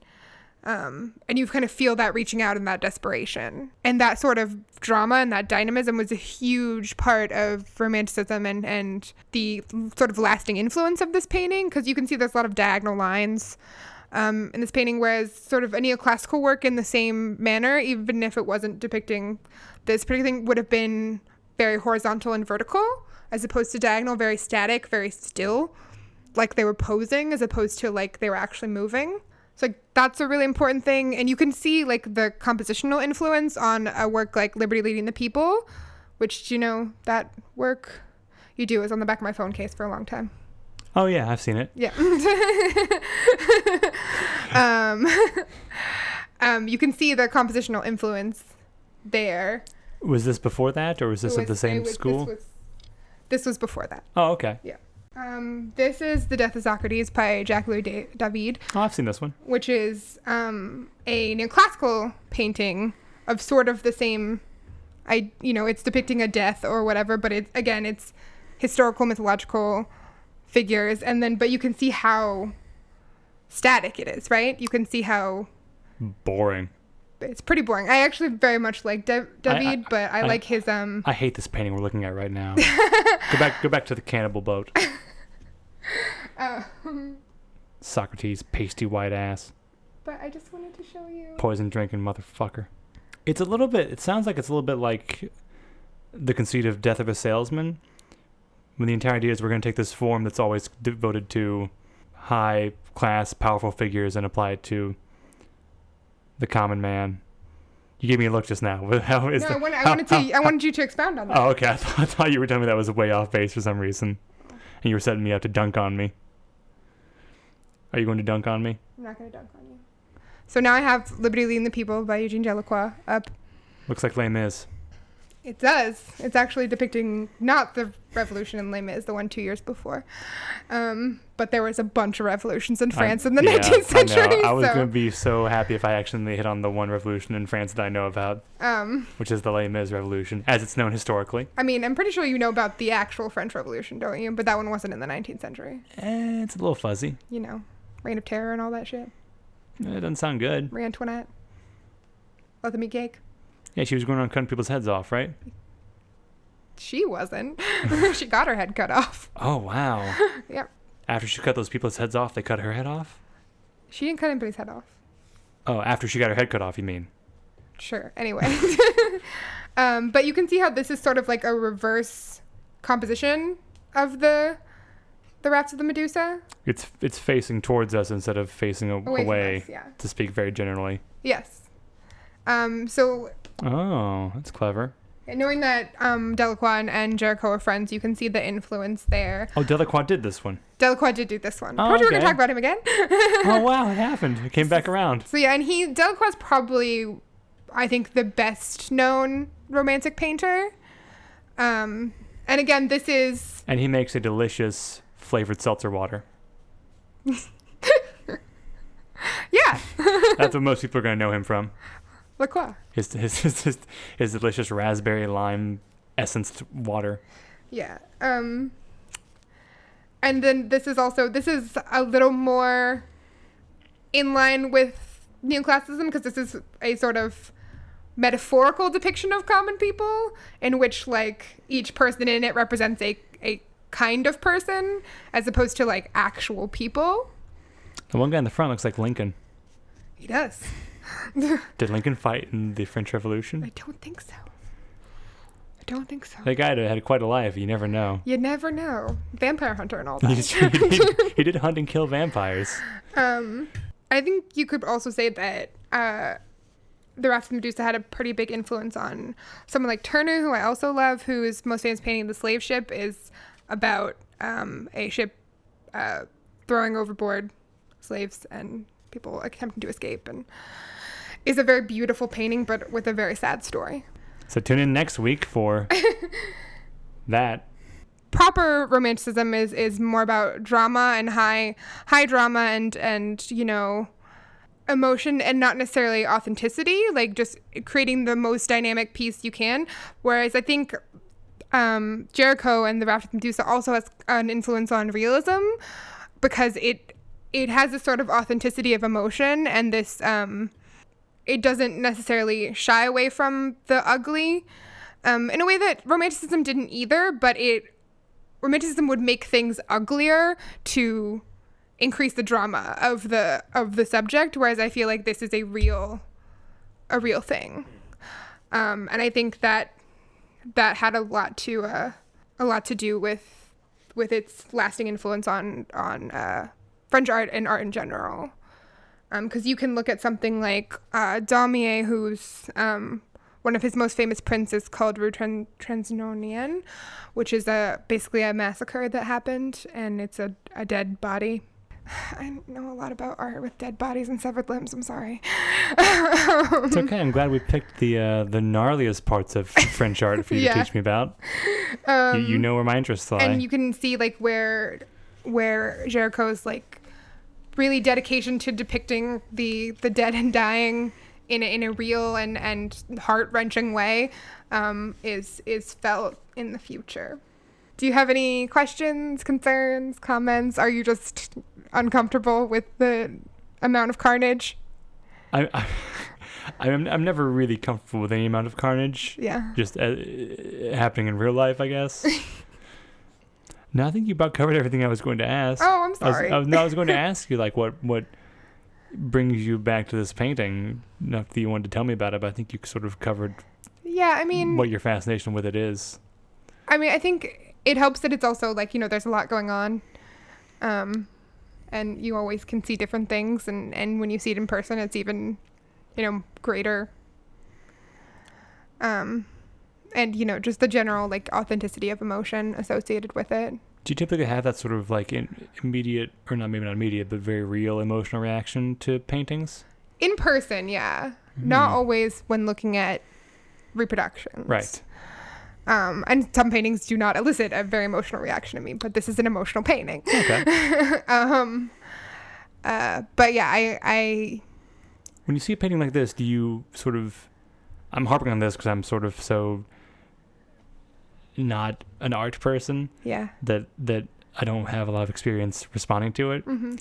A: Um, and you kind of feel that reaching out and that desperation. And that sort of drama and that dynamism was a huge part of Romanticism and, and the sort of lasting influence of this painting, because you can see there's a lot of diagonal lines um, in this painting, whereas sort of a neoclassical work in the same manner, even if it wasn't depicting this particular thing, would have been very horizontal and vertical, as opposed to diagonal, very static, very still like they were posing as opposed to like they were actually moving. So like, that's a really important thing. And you can see like the compositional influence on a work like Liberty Leading the People, which do you know that work you do is on the back of my phone case for a long time.
B: Oh yeah, I've seen it.
A: Yeah. [laughs] um, [laughs] um, you can see the compositional influence there.
B: Was this before that, or was this
A: It
B: at the
A: was-
B: same
A: it was- this
B: school?
A: was- this was before that.
B: oh okay.
A: Um, this is The Death of Socrates by Jacques Louis da- David.
B: Oh, I've seen this one.
A: which is um, a neoclassical painting of sort of the same i you know it's depicting a death or whatever but it's again it's historical mythological figures and then but you can see how static it is right you can see how
B: Boring.
A: it's pretty boring i actually very much like Da- david
B: I-
A: but i
B: I-
A: like his um
B: I hate this painting we're looking at
A: [laughs]
B: right now. go back, go back to the cannibal boat.
A: uh,
B: Socrates, pasty white ass,
A: but i just wanted to show you
B: poison drinking motherfucker. It's a little bit. It sounds like it's a little bit like the conceit of Death of a Salesman, when the entire idea is we're going to take this form that's always devoted to high class, powerful figures and apply it to the common man. You gave me a look just now. [laughs] How is
A: no
B: the-
A: i wanted, I
B: how-
A: wanted
B: how-
A: to i wanted you uh, to expound on that
B: [laughs] Oh, okay. I, th- I thought you were telling me that was way off base for some reason. And you were setting me up to dunk on me. Are you going to dunk on me?
A: i'm not going to dunk on you so now i have liberty leading the people by eugene delacroix up
B: Looks like lame is.
A: It does. It's actually depicting not the Revolution in Les Mis, the one two years before. Um, but there was a bunch of revolutions in France in the
B: yeah,
A: 19th
B: I know.
A: century.
B: I, was
A: so,
B: gonna be so happy if I actually hit on the one revolution in France that I know about,
A: um,
B: which is the Les Mis Revolution, as it's known historically.
A: I mean, I'm pretty sure you know about the actual French Revolution, don't you? But that one wasn't in the 19th century.
B: Eh, it's a little fuzzy.
A: You know, Reign of Terror and all that shit.
B: Eh, It doesn't sound good.
A: Marie Antoinette. Let them eat cake.
B: Yeah, she was going around cutting people's heads off, right?
A: She wasn't. [laughs] she got her head cut off.
B: Oh wow.
A: [laughs] Yep.
B: After she cut those people's heads off, they cut her head off.
A: She didn't cut anybody's head off.
B: Oh, after she got her head cut off, you mean?
A: Sure. Anyway. [laughs] um, but you can see how this is sort of like a reverse composition of the the Raft of the Medusa.
B: It's it's facing towards us instead of facing a- away,
A: Away from us, yeah.
B: to speak very generally.
A: Yes. Um, so
B: Oh, that's clever.
A: knowing that um, Delacroix and Jericho are friends, you can see the influence there.
B: Oh, Delacroix did this one.
A: Delacroix did do this one.
B: Oh,
A: Probably we're gonna
B: okay.
A: talk about him again. [laughs]
B: Oh wow, it happened. It came back around.
A: So yeah, and he Delacroix's probably, I think, the best known romantic painter. Um, and again, this is
B: And he makes a delicious flavored seltzer water.
A: yeah,
B: That's what most people are gonna know him from.
A: Lacroix.
B: His his his his, his delicious raspberry lime essenced water.
A: Yeah. Um and then this is also this is a little more in line with neoclassicism because this is a sort of metaphorical depiction of common people in which like each person in it represents a a kind of person as opposed to like actual people.
B: The one guy in the front looks like Lincoln.
A: He does.
B: Did Lincoln fight in the French
A: I
B: Revolution?
A: don't think so. I don't think so.
B: That guy had quite a life. You
A: [laughs]
B: never know.
A: you never know. Vampire hunter and all that.
B: He, just, he, did, he did hunt and kill vampires.
A: Um, I think you could also say that uh, the Raft of Medusa had a pretty big influence on someone like Turner, who I also love, whose most famous painting, The Slave Ship, is about um, a ship uh, throwing overboard slaves and people attempting to escape, and is a very beautiful painting, but with a very sad story.
B: So tune in next
A: [laughs]
B: week for that.
A: proper romanticism is is more about drama and high high drama and and you know emotion and not necessarily authenticity like just creating the most dynamic piece you can whereas i think um, jericho and the raft of medusa also has an influence on realism because it it has this sort of authenticity of emotion and this um, it doesn't necessarily shy away from the ugly um, in a way that romanticism didn't either but it romanticism would make things uglier to increase the drama of the of the subject whereas i feel like this is a real a real thing um, and i think that that had a lot to uh, a lot to do with with its lasting influence on on uh, french art and art in general because Um, you can look at something like uh, Daumier, who's um, one of his most famous prints is called Rue Tran- Transnonian, which is a basically a massacre that happened, and it's a, a dead body. [sighs] I know a lot about art with dead bodies and severed limbs. I'm sorry.
B: It's okay. I'm glad we picked the uh, the gnarliest parts of French art for you
A: [laughs] Yeah. Um,
B: to teach me about. you, you know where my interests lie.
A: and you can see like where where Jericho's like really dedication to depicting the the dead and dying in a, in a real and and heart wrenching way um, is is felt in the future. Do you have any questions, concerns, comments? Are you just uncomfortable with the amount of carnage?
B: I, I, [laughs] I'm I'm never really comfortable with any amount of carnage.
A: Yeah.
B: just uh, happening in real life,
A: [laughs]
B: I guess. no, I think you about covered everything I was going to ask.
A: Oh, I'm
B: I was-
A: sorry.
B: I was, no, I was
A: [laughs]
B: going to ask you like what what brings you back to this painting. Not that you wanted to tell me about it, but I think you sort of covered
A: yeah, I mean,
B: what your fascination with it is.
A: I mean, I think it helps that it's also like you know there's a lot going on, um, and you always can see different things, and and when you see it in person, it's even, you know, greater. Um, and you know just the general like authenticity of emotion associated with it.
B: Do you typically have that sort of like in, immediate, or not maybe not immediate, but very real emotional reaction to
A: [laughs]
B: paintings?
A: in person yeah not always when looking at reproductions
B: Right.
A: Um, and some paintings do not elicit a very emotional reaction in me, but this is an emotional painting.
B: Okay.
A: um, uh, but yeah, I, I
B: when you see a painting like this, do you sort of? I'm harping on this because I'm sort of so not an art person
A: yeah.
B: that that I don't have a lot of experience responding to it.
A: Mm-hmm.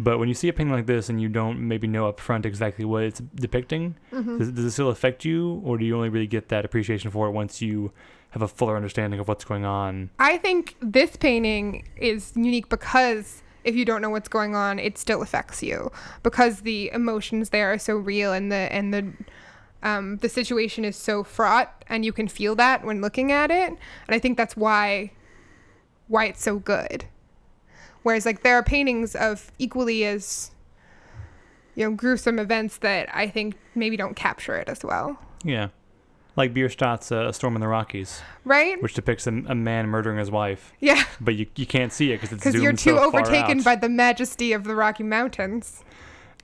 B: But when you see a painting like this and you don't maybe know up front exactly what it's depicting,
A: Mm-hmm.
B: does, does it still affect you, or do you only really get that appreciation for it once you have a fuller understanding of what's going on?
A: I think this painting is unique because if you don't know what's going on, it still affects you because the emotions there are so real and the and the um, the situation is so fraught, and you can feel that when looking at it. And I think that's why why it's so good. Whereas like there are paintings of equally as you know gruesome events that I think maybe don't capture it as well,
B: Yeah, like Bierstadt's uh, "A Storm in the Rockies,"
A: right?
B: which depicts a, a man murdering his wife,
A: yeah.
B: but you you can't see it
A: [laughs]
B: because it's
A: Because you're
B: zoomed
A: too
B: so far
A: overtaken
B: out.
A: by the majesty of the Rocky Mountains.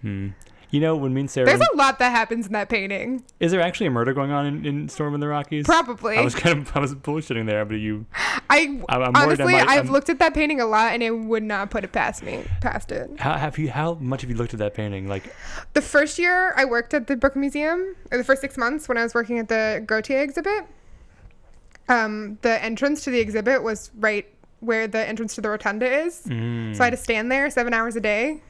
B: Hmm. You know, when me and Sarah,
A: There's a lot that happens in that painting.
B: is there actually a murder going on in, in Storm in the Rockies?
A: Probably.
B: I was kind of [laughs] I was bullshitting there, but you,
A: I
B: I'm, I'm worried. I
A: honestly,
B: might-
A: I've
B: I'm-
A: looked at that painting a lot, and I would not put it past me, past it.
B: How have you? How much have you looked at that painting? Like,
A: The first year I worked at the Brooklyn Museum, or the first six months when I was working at the Gautier exhibit, um, the entrance to the exhibit was right where the entrance to the rotunda is.
B: mm,
A: So I had to stand there seven hours a day,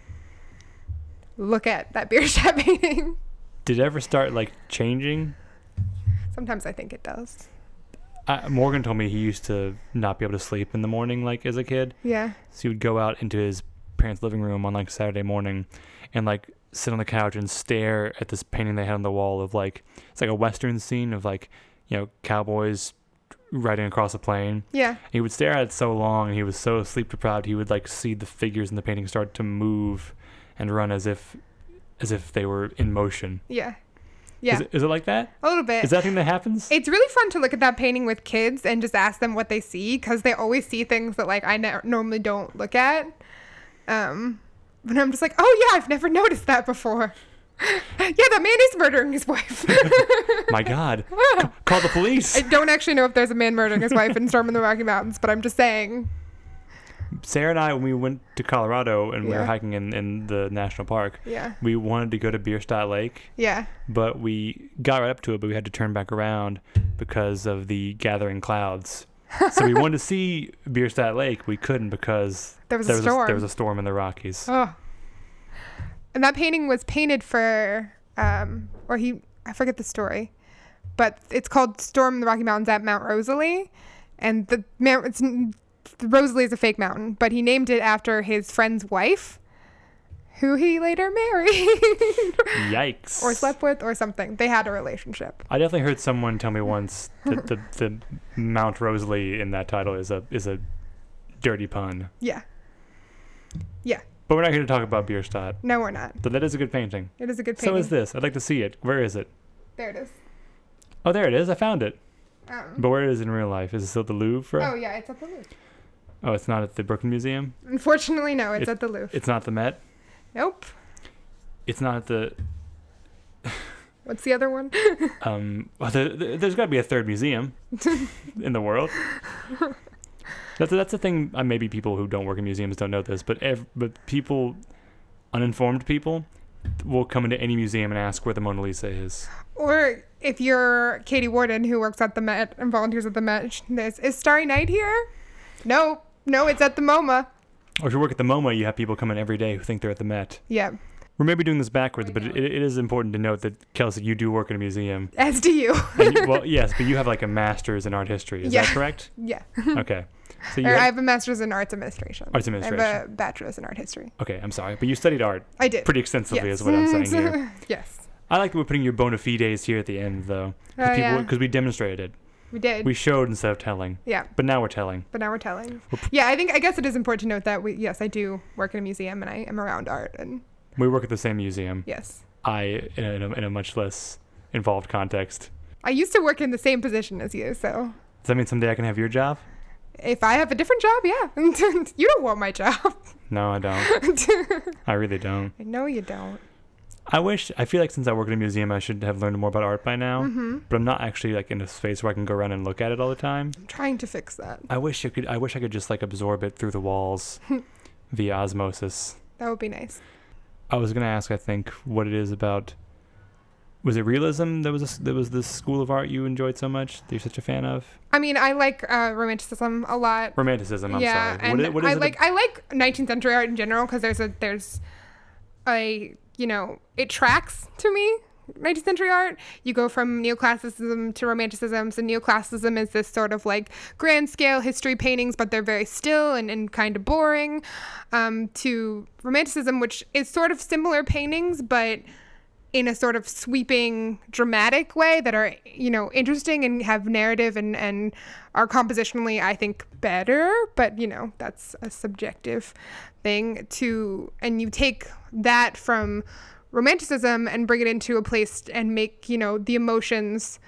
A: look at that beer [laughs] shop painting.
B: did it ever start like changing?
A: Sometimes I think it does.
B: I, Uh, Morgan told me he used to not be able to sleep in the morning, like as a kid.
A: Yeah.
B: So he would go out into his parents' living room on like Saturday morning, and like sit on the couch and stare at this painting they had on the wall of like it's like a western scene of like you know cowboys riding across a plain.
A: Yeah.
B: He would stare at it so long, and he was so sleep deprived. He would like see the figures in the painting start to move and run as if as if they were in motion.
A: Yeah.
B: Is
A: Yeah.
B: it, is it like that?
A: a little bit.
B: Is that a thing that
A: [laughs]
B: happens?
A: it's really fun to look at that painting with kids and just ask them what they see because they always see things that like I ne- normally don't look at. Um, but I'm just like, oh yeah, I've never noticed that before. [laughs] yeah, that man is murdering his wife. [laughs]
B: My God! C- call the police.
A: I don't actually know if there's a man murdering his wife in Storm in the Rocky Mountains, but I'm just saying.
B: Sarah and I, when we went to Colorado and we were
A: Yeah.
B: hiking in, in the national park,
A: Yeah.
B: we wanted to go to Bierstadt Lake,
A: Yeah.
B: but we got right up to it, but we had to turn back around because of the gathering clouds. so we wanted
A: [laughs]
B: to see Bierstadt Lake, we couldn't because
A: There was a
B: there was,
A: storm.
B: there was a storm in the Rockies.
A: Oh. And that painting was painted for, um, or he, I forget the story, but it's called Storm in the Rocky Mountains at Mount Rosalie. And the mount, it's, Rosalie is a fake mountain, but he named it after his friend's wife, who he later married [laughs]
B: Yikes!
A: or slept with or something. They had a relationship.
B: I definitely heard someone tell me once
A: [laughs]
B: that the, the Mount Rosalie in that title is a is a dirty pun.
A: Yeah. Yeah.
B: But we're not here to talk about Bierstadt.
A: No, we're not.
B: But that is a good painting.
A: It is a good painting.
B: So is this. I'd like to see it. Where is it?
A: There it is.
B: Oh, there it is. I found it.
A: Um,
B: But where is it in real life? Is it still at the Louvre?
A: oh, yeah, it's at the Louvre.
B: Oh, it's not at the Brooklyn Museum.
A: Unfortunately, no, it's
B: It-
A: at the Louvre.
B: It's not the Met.
A: Nope.
B: It's not at the.
A: What's the other one?
B: Um, well, there, there- there's got to be a
A: [laughs]
B: third museum in the world. That's that's the thing. Uh, maybe people who don't work in museums don't know this, but ev- but people, uninformed people, will come into any museum and ask where the Mona Lisa is.
A: Or if you're Katie Warden, who works at the Met and volunteers at the Met, sh- this is Starry Night here? No, no, it's at the MoMA.
B: Or if you work at the MoMA, you have people come in every day who think they're at the Met.
A: Yeah,
B: We're maybe doing this backwards, but
A: know.
B: it, it is important to note that Kelsey, you do work in a museum.
A: as do you. [laughs]
B: And you- well, yes, but you have like a master's in art history. Is that
A: Yeah. [laughs]
B: correct?
A: yeah.
B: Okay. So you
A: or
B: had-
A: I have a master's in arts administration.
B: Arts
A: I have a
B: administration.
A: bachelor's in art history.
B: okay, I'm sorry, but you studied art
A: I did.
B: pretty extensively,
A: Yes.
B: is what I'm
A: [laughs]
B: saying here.
A: yes.
B: I like that we're putting your bona fides here at the end, though,
A: Oh,
B: because
A: yeah.
B: we demonstrated it.
A: We did.
B: We showed instead of telling,
A: yeah.
B: but now we're telling.
A: But now we're telling. Yeah, I think I guess it is important to note that we yes, I do work in a museum and I am around art and
B: We work at the same museum.
A: yes.
B: I in a, in a, in a much less involved context.
A: I used to work in the same position as you, so
B: Does that mean someday I can have your job?
A: if I have a different job, yeah. [laughs] you don't want my job. [laughs]
B: No, I don't. I really don't.
A: No, you don't.
B: I wish I feel like since I work at a museum, I should have learned more about art by now.
A: hmm
B: But I'm not actually like in a space where I can go around and look at it all the time.
A: I'm trying to fix that.
B: I wish I could. I wish I could just like absorb it through the
A: [laughs]
B: walls via osmosis.
A: That would be nice.
B: I was gonna ask. I think what it is about. Was it realism? There was a, there was this school of art you enjoyed so much. That you're such a fan of
A: I mean, I like uh, romanticism a lot.
B: romanticism. I'm
A: yeah,
B: sorry.
A: and
B: what, i- what is
A: I
B: it?
A: like I like 19th century art in general because there's a there's a you know it tracks to me 19th century art. You go from neoclassicism to romanticism. So neoclassicism is this sort of like grand scale history paintings, but they're very still and, and kind of boring. Um, to romanticism, which is sort of similar paintings, but in a sort of sweeping dramatic way that are you know interesting and have narrative and and are compositionally i think better but you know that's a subjective thing to and you take that from romanticism and bring it into a place and make you know the emotions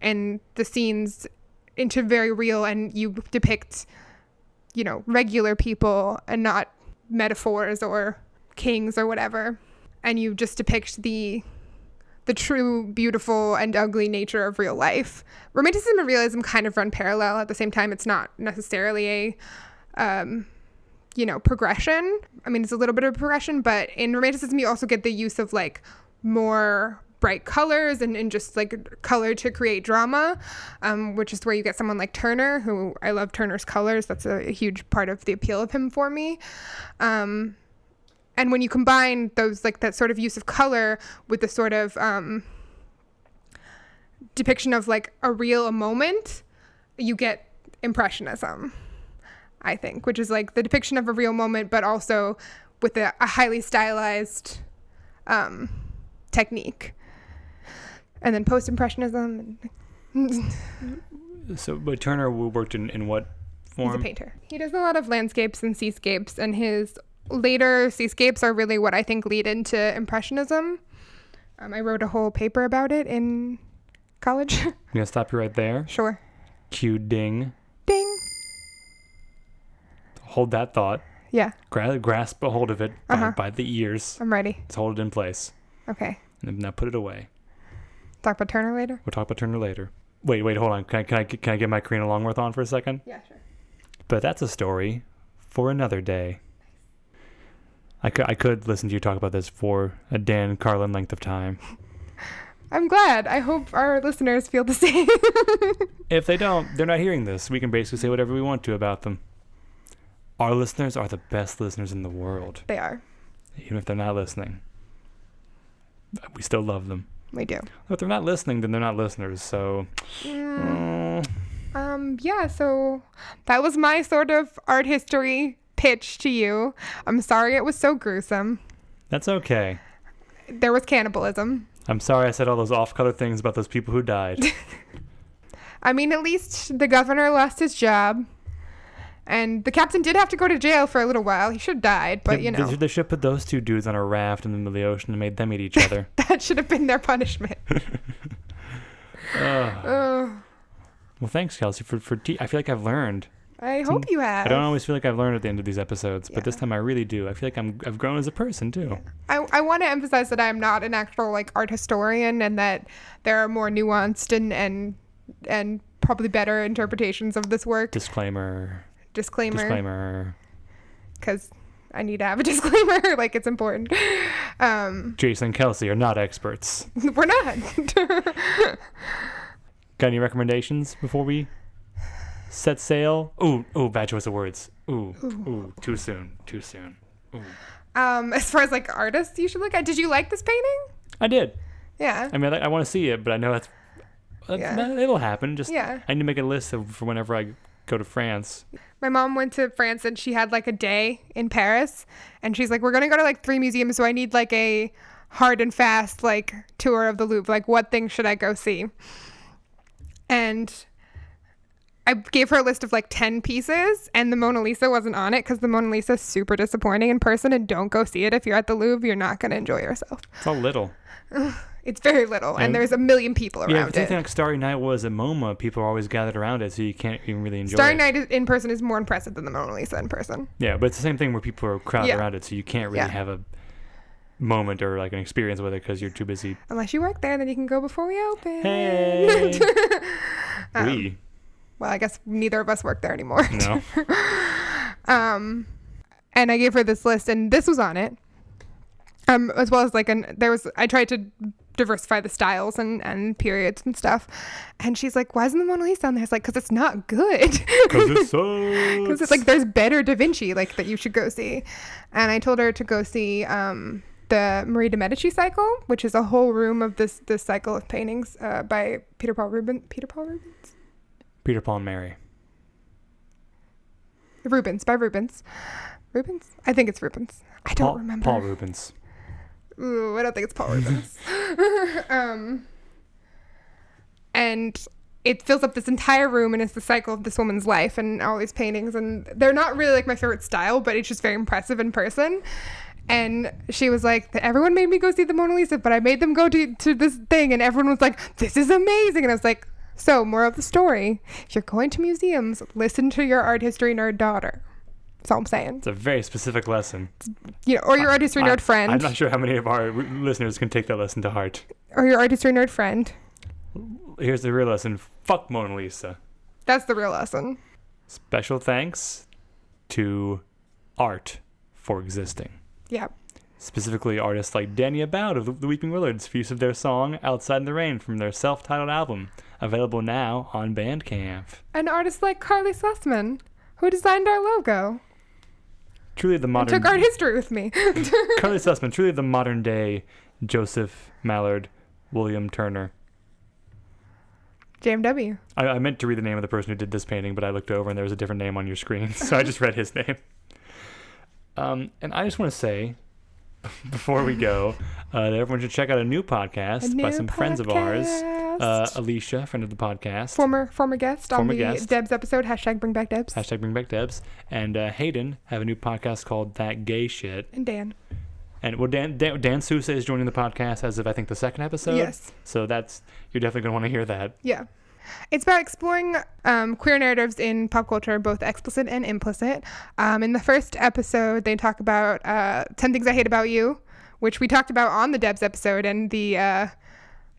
A: and the scenes into very real and you depict you know regular people and not metaphors or kings or whatever and you just depict the the true beautiful and ugly nature of real life romanticism and realism kind of run parallel at the same time it's not necessarily a um, you know progression i mean it's a little bit of progression but in romanticism you also get the use of like more bright colors and, and just like color to create drama um, which is where you get someone like turner who i love turner's colors that's a, a huge part of the appeal of him for me um, and when you combine those like that sort of use of color with the sort of um, depiction of like a real moment you get impressionism i think which is like the depiction of a real moment but also with a, a highly stylized um, technique and then post-impressionism and
B: so, but Turner w- worked in, in what form?
A: He's a painter. He does a lot of landscapes and seascapes, and his later seascapes are really what I think lead into Impressionism. Um, I wrote a whole paper about it in college. [laughs]
B: I'm gonna stop you right there.
A: sure.
B: Cue ding.
A: Ding.
B: Hold that thought.
A: Yeah,
B: Gra- grasp a hold of it by,
A: Uh-huh.
B: by the ears.
A: I'm ready.
B: Let's hold it in place.
A: Okay.
B: And then now put it away.
A: Talk about Turner later?
B: We'll talk about Turner later. Wait, wait, hold on. Can I, can I, can I get my Karina Longworth on for a second?
A: Yeah, sure.
B: But that's a story for another day. I could, I could listen to you talk about this for a Dan Carlin length of time.
A: I'm glad. I hope our listeners feel the [laughs] same.
B: If they don't, they're not hearing this. We can basically say whatever we want to about them. Our listeners are the best listeners in the world,
A: they are.
B: even if they're not listening. We still love them.
A: We do.
B: If they're not listening, then they're not listeners. So,
A: Mm,
B: mm,
A: um, yeah, so that was my sort of art history pitch to you. I'm sorry it was so gruesome.
B: that's okay.
A: There was cannibalism.
B: I'm sorry I said all those off color things about those people who died.
A: I mean, at least the governor lost his job. And the captain did have to go to jail for a little while. He should have died, [laughs] but
B: they,
A: you
B: they
A: know, [laughs]
B: should- they should put those two dudes on a raft in the middle of the ocean and made them eat each other.
A: that should have been their
B: [laughs]
A: punishment.
B: Ugh.
A: Oh,
B: well, thanks, Kelsey, for for. Te- I feel like I've learned.
A: I hope you have.
B: I don't always feel like I've learned at the end of these episodes, but this
A: Yeah.
B: time I really do. I feel like I'm I've grown as a person too.
A: I, I want to emphasize that I'm not an actual like art historian and that there are more nuanced and and and probably better interpretations of this work.
B: Disclaimer.
A: Disclaimer,
B: Disclaimer.
A: because I need to have a [laughs] disclaimer. like it's important. Um, [laughs]
B: Jason and Kelsey are not experts.
A: we're not. [laughs]
B: Got any recommendations before we set sail? Ooh, ooh, bad choice of words. Ooh, ooh, too soon, too soon. Ooh.
A: um, as far as like artists, you should look at. Did you like this painting?
B: I did.
A: Yeah.
B: I mean, I, I want to see it, but I know that's, that's
A: Yeah.
B: that- it'll happen. Just
A: Yeah.
B: I need to make a list of for whenever I go to France.
A: My mom went to France and she had like a day in Paris and she's like, We're gonna go to like three museums, so I need like a hard and fast like tour of the Louvre. Like what things should I go see? And I gave her a list of like 10 pieces and the Mona Lisa wasn't on it because the Mona Lisa is super disappointing in person and don't go see it if you're at the Louvre. You're not gonna enjoy yourself.
B: It's all little.
A: It's very little and
B: And-
A: there's a million people
B: Yeah,
A: around
B: it's anything
A: it.
B: like Starry Night was at MoMA. People are always gathered around it, so you can't even really enjoy
A: Starry
B: it.
A: Night is- in person is more impressive than the Mona Lisa in person.
B: Yeah, but it's the same thing where people are crowded
A: Yeah.
B: around it, so you can't really
A: Yeah.
B: have a moment or like an experience with it because you're
A: [laughs]
B: too busy.
A: Unless you work there, then you can go before we open. [laughs]
B: Hey,
A: Um,
B: we
A: Well, I guess neither of us work there anymore.
B: no.
A: [laughs] um, and I gave her this list, and this was on it. Um, as well as like an there was I tried to diversify the styles and and periods and stuff, and she's like, "Why isn't the Mona Lisa on there?" It's like, "Cause it's not good." [laughs]
B: Because it
A: Because
B: sucks.
A: it's like there's better Da Vinci like that you should go see, and I told her to go see um, the Marie de Medici cycle, which is a whole room of this this cycle of paintings uh, by Peter Paul Ruben Peter Paul Rubens
B: Peter Paul and Mary.
A: Rubens by Rubens Rubens I think it's Rubens I don't
B: Paul,
A: remember
B: Paul Rubens.
A: Ooh, I don't think it's Paul Rubens.
B: [laughs]
A: [laughs] um, and it fills up this entire room and it's the cycle of this woman's life and all these paintings. And they're not really like my favorite style, but it's just very impressive in person. And she was like, everyone made me go see the Mona Lisa, but I made them go to, to this thing. And everyone was like, this is amazing. And I was like, so, moral of the story if you're going to museums, listen to your art history nerd daughter. That's all I'm saying.
B: It's a very specific lesson.
A: You know, or your art history
B: I-
A: nerd friend.
B: I'm not sure how many of our r- listeners can take that lesson to heart.
A: or your art history nerd friend.
B: Here's the real lesson. Fuck Mona Lisa.
A: That's the real lesson.
B: Special thanks to art for existing.
A: Yeah.
B: Specifically, artists like Danny About of the- the Weeping Willards for use of their song Outside in the Rain from their self titled album, available now on Bandcamp.
A: An artist like Carly Sussman, who designed our logo,
B: Truly the
A: and
B: modern.
A: took art
B: [laughs]
A: history with me. [laughs]
B: Carly Sussman, truly the modern day Joseph Mallard, William Turner.
A: JMW.
B: I, I meant to read the name of the person who did this painting, but I looked over and there was a different name on your screen, [laughs] so I just read his name. Um, and I just want to say, [laughs] before we go, uh, that everyone should check out a new podcast
A: A
B: by
A: new
B: some friends of ours. Uh,
A: podcast.
B: Alicia, friend of the podcast.
A: former former guest
B: former
A: on the
B: guest.
A: Debs episode. Hashtag bring back Debs.
B: Hashtag bring back Debs. And uh, Hayden have a new podcast called That Gay Shit.
A: and Dan.
B: And well, Dan, Dan, Dan Sousa is joining the podcast as of, I think, the second episode.
A: Yes.
B: So that's, you're definitely going to want to hear that.
A: Yeah. It's about exploring um, queer narratives in pop culture, both explicit and implicit. Um, in the first episode, they talk about uh, 10 Things I Hate About You, which we talked about on the Debs episode, and the, uh,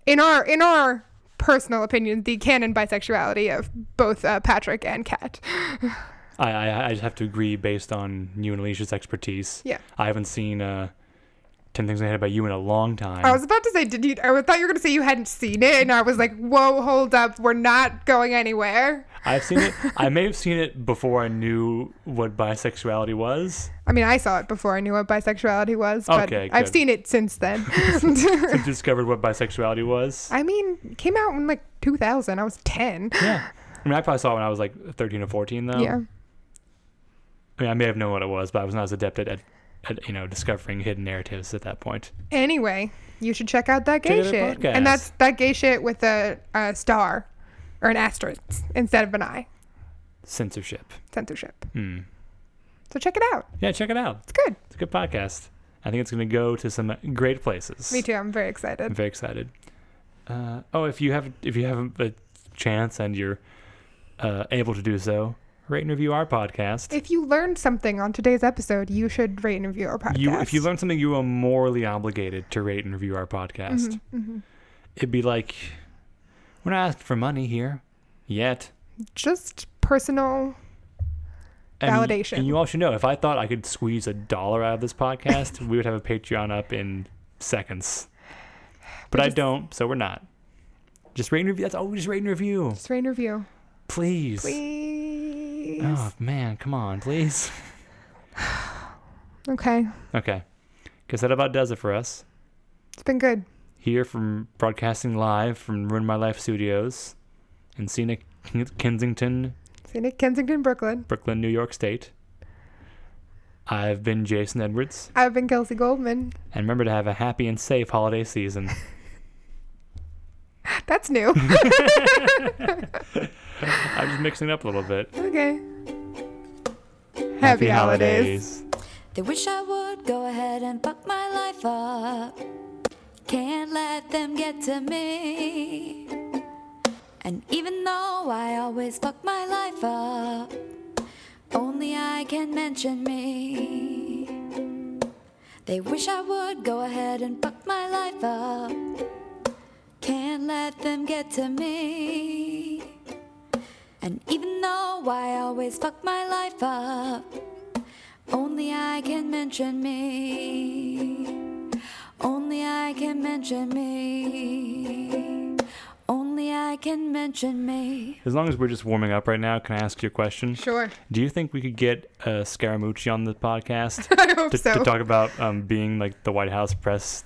A: in our in our personal opinion, the canon bisexuality of both uh, Patrick and Kat.
B: I, I, I just have to agree based on you and Alicia's expertise.
A: Yeah.
B: I haven't seen uh, 10 Things I Hate About You in a long time.
A: I was [laughs] about to say, did you? I thought you were going to say you hadn't seen it, and I was like, whoa, hold up, we're not going anywhere.
B: I've seen it. I may have seen it before I knew what
A: [laughs]
B: bisexuality was.
A: I mean, I saw it before I knew what bisexuality was, but
B: Okay,
A: I've
B: good.
A: seen it since
B: [laughs]
A: then. [laughs]
B: I discovered what bisexuality was.
A: I mean, it came out in like 2000. I was 10.
B: yeah. I mean, I probably saw it when I was like 13 or 14, though.
A: yeah.
B: I mean, I may have known what it was, but I was not as adept at, at, at you know, discovering hidden narratives at that point.
A: Anyway, you should check out that gay
B: Check out our
A: shit.
B: podcast.
A: And that's that gay shit with a, a star or an asterisk instead of an I.
B: Censorship.
A: Censorship.
B: Hmm.
A: So check it out.
B: Yeah, check it out.
A: It's good.
B: It's a good podcast. I think it's going to go to some great places.
A: Me too. I'm very
B: I'm
A: excited.
B: very excited. Uh, oh, if you have if you have a chance and you're uh, able to do so, rate and review our podcast.
A: If you learned something on today's episode, you should rate and review our podcast.
B: You, if you learn something, you are morally obligated to rate and review our podcast.
A: Mm-hmm,
B: It'd be like we're not asking for money here yet.
A: Just personal.
B: And y-
A: Validation.
B: And you all should know if I thought I could squeeze a dollar out of this podcast, we would have a Patreon up in seconds. But I
A: just-
B: don't, so we're not. Just rate and review. That's always just rate and review,
A: Just rate and review.
B: please.
A: Please.
B: Oh man, come on, please.
A: Okay.
B: Okay, because that about does it for us.
A: It's been good.
B: Here from broadcasting live from Ruin My Life Studios in scenic [laughs] Ken- Kensington,
A: See you at Kensington, Brooklyn.
B: Brooklyn, New York State. I've been Jason Edwards,
A: I've been Kelsey Goldman.
B: and remember to have a happy and safe holiday season.
A: That's
B: [laughs]
A: new.
B: I'm just mixing it up a little bit.
A: okay. [laughs] Happy, holidays.
C: They wish I would go ahead and fuck my life up. Can't let them get to me. And even though I always fuck my life up, only I can mention me. They wish I would go ahead and fuck my life up. Can't let them get to me. And even though I always fuck my life up, only I can mention me. Only I can mention me. Only I can mention me.
B: As long as we're just warming up right now, can I ask you a question?
A: Sure.
B: Do you think we could get uh, Scaramucci on the podcast
A: [laughs] I hope
B: to,
A: so.
B: to talk about um, being like the White House press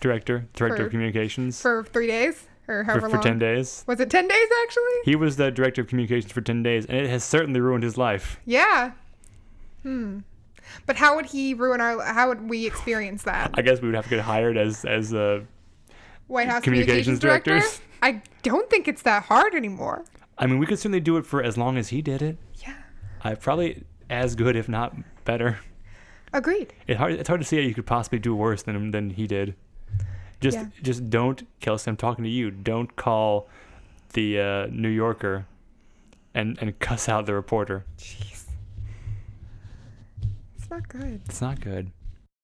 B: director, director
A: For-
B: of communications
A: for three days or
B: for,
A: however
B: for
A: long.
B: 10 days?
A: Was it 10 days actually?
B: He was the director of communications for 10 days, and it has certainly ruined his life.
A: Yeah. Hmm. But how would he ruin our? How would we experience that?
B: I guess we would have to get hired as as uh,
A: White House communications,
B: Communications
A: director.
B: directors?
A: I don't think it's that hard anymore.
B: I mean, we could certainly do it for as long as he did it.
A: Yeah.
B: I probably as good, if not better.
A: Agreed.
B: It hard, it's hard to see how you could possibly do worse than than he did. Just
A: Yeah.
B: just don't, Kelsey. I'm talking to you. Don't call the uh, New Yorker and and cuss out the reporter.
A: Jeez. It's not good.
B: It's not good.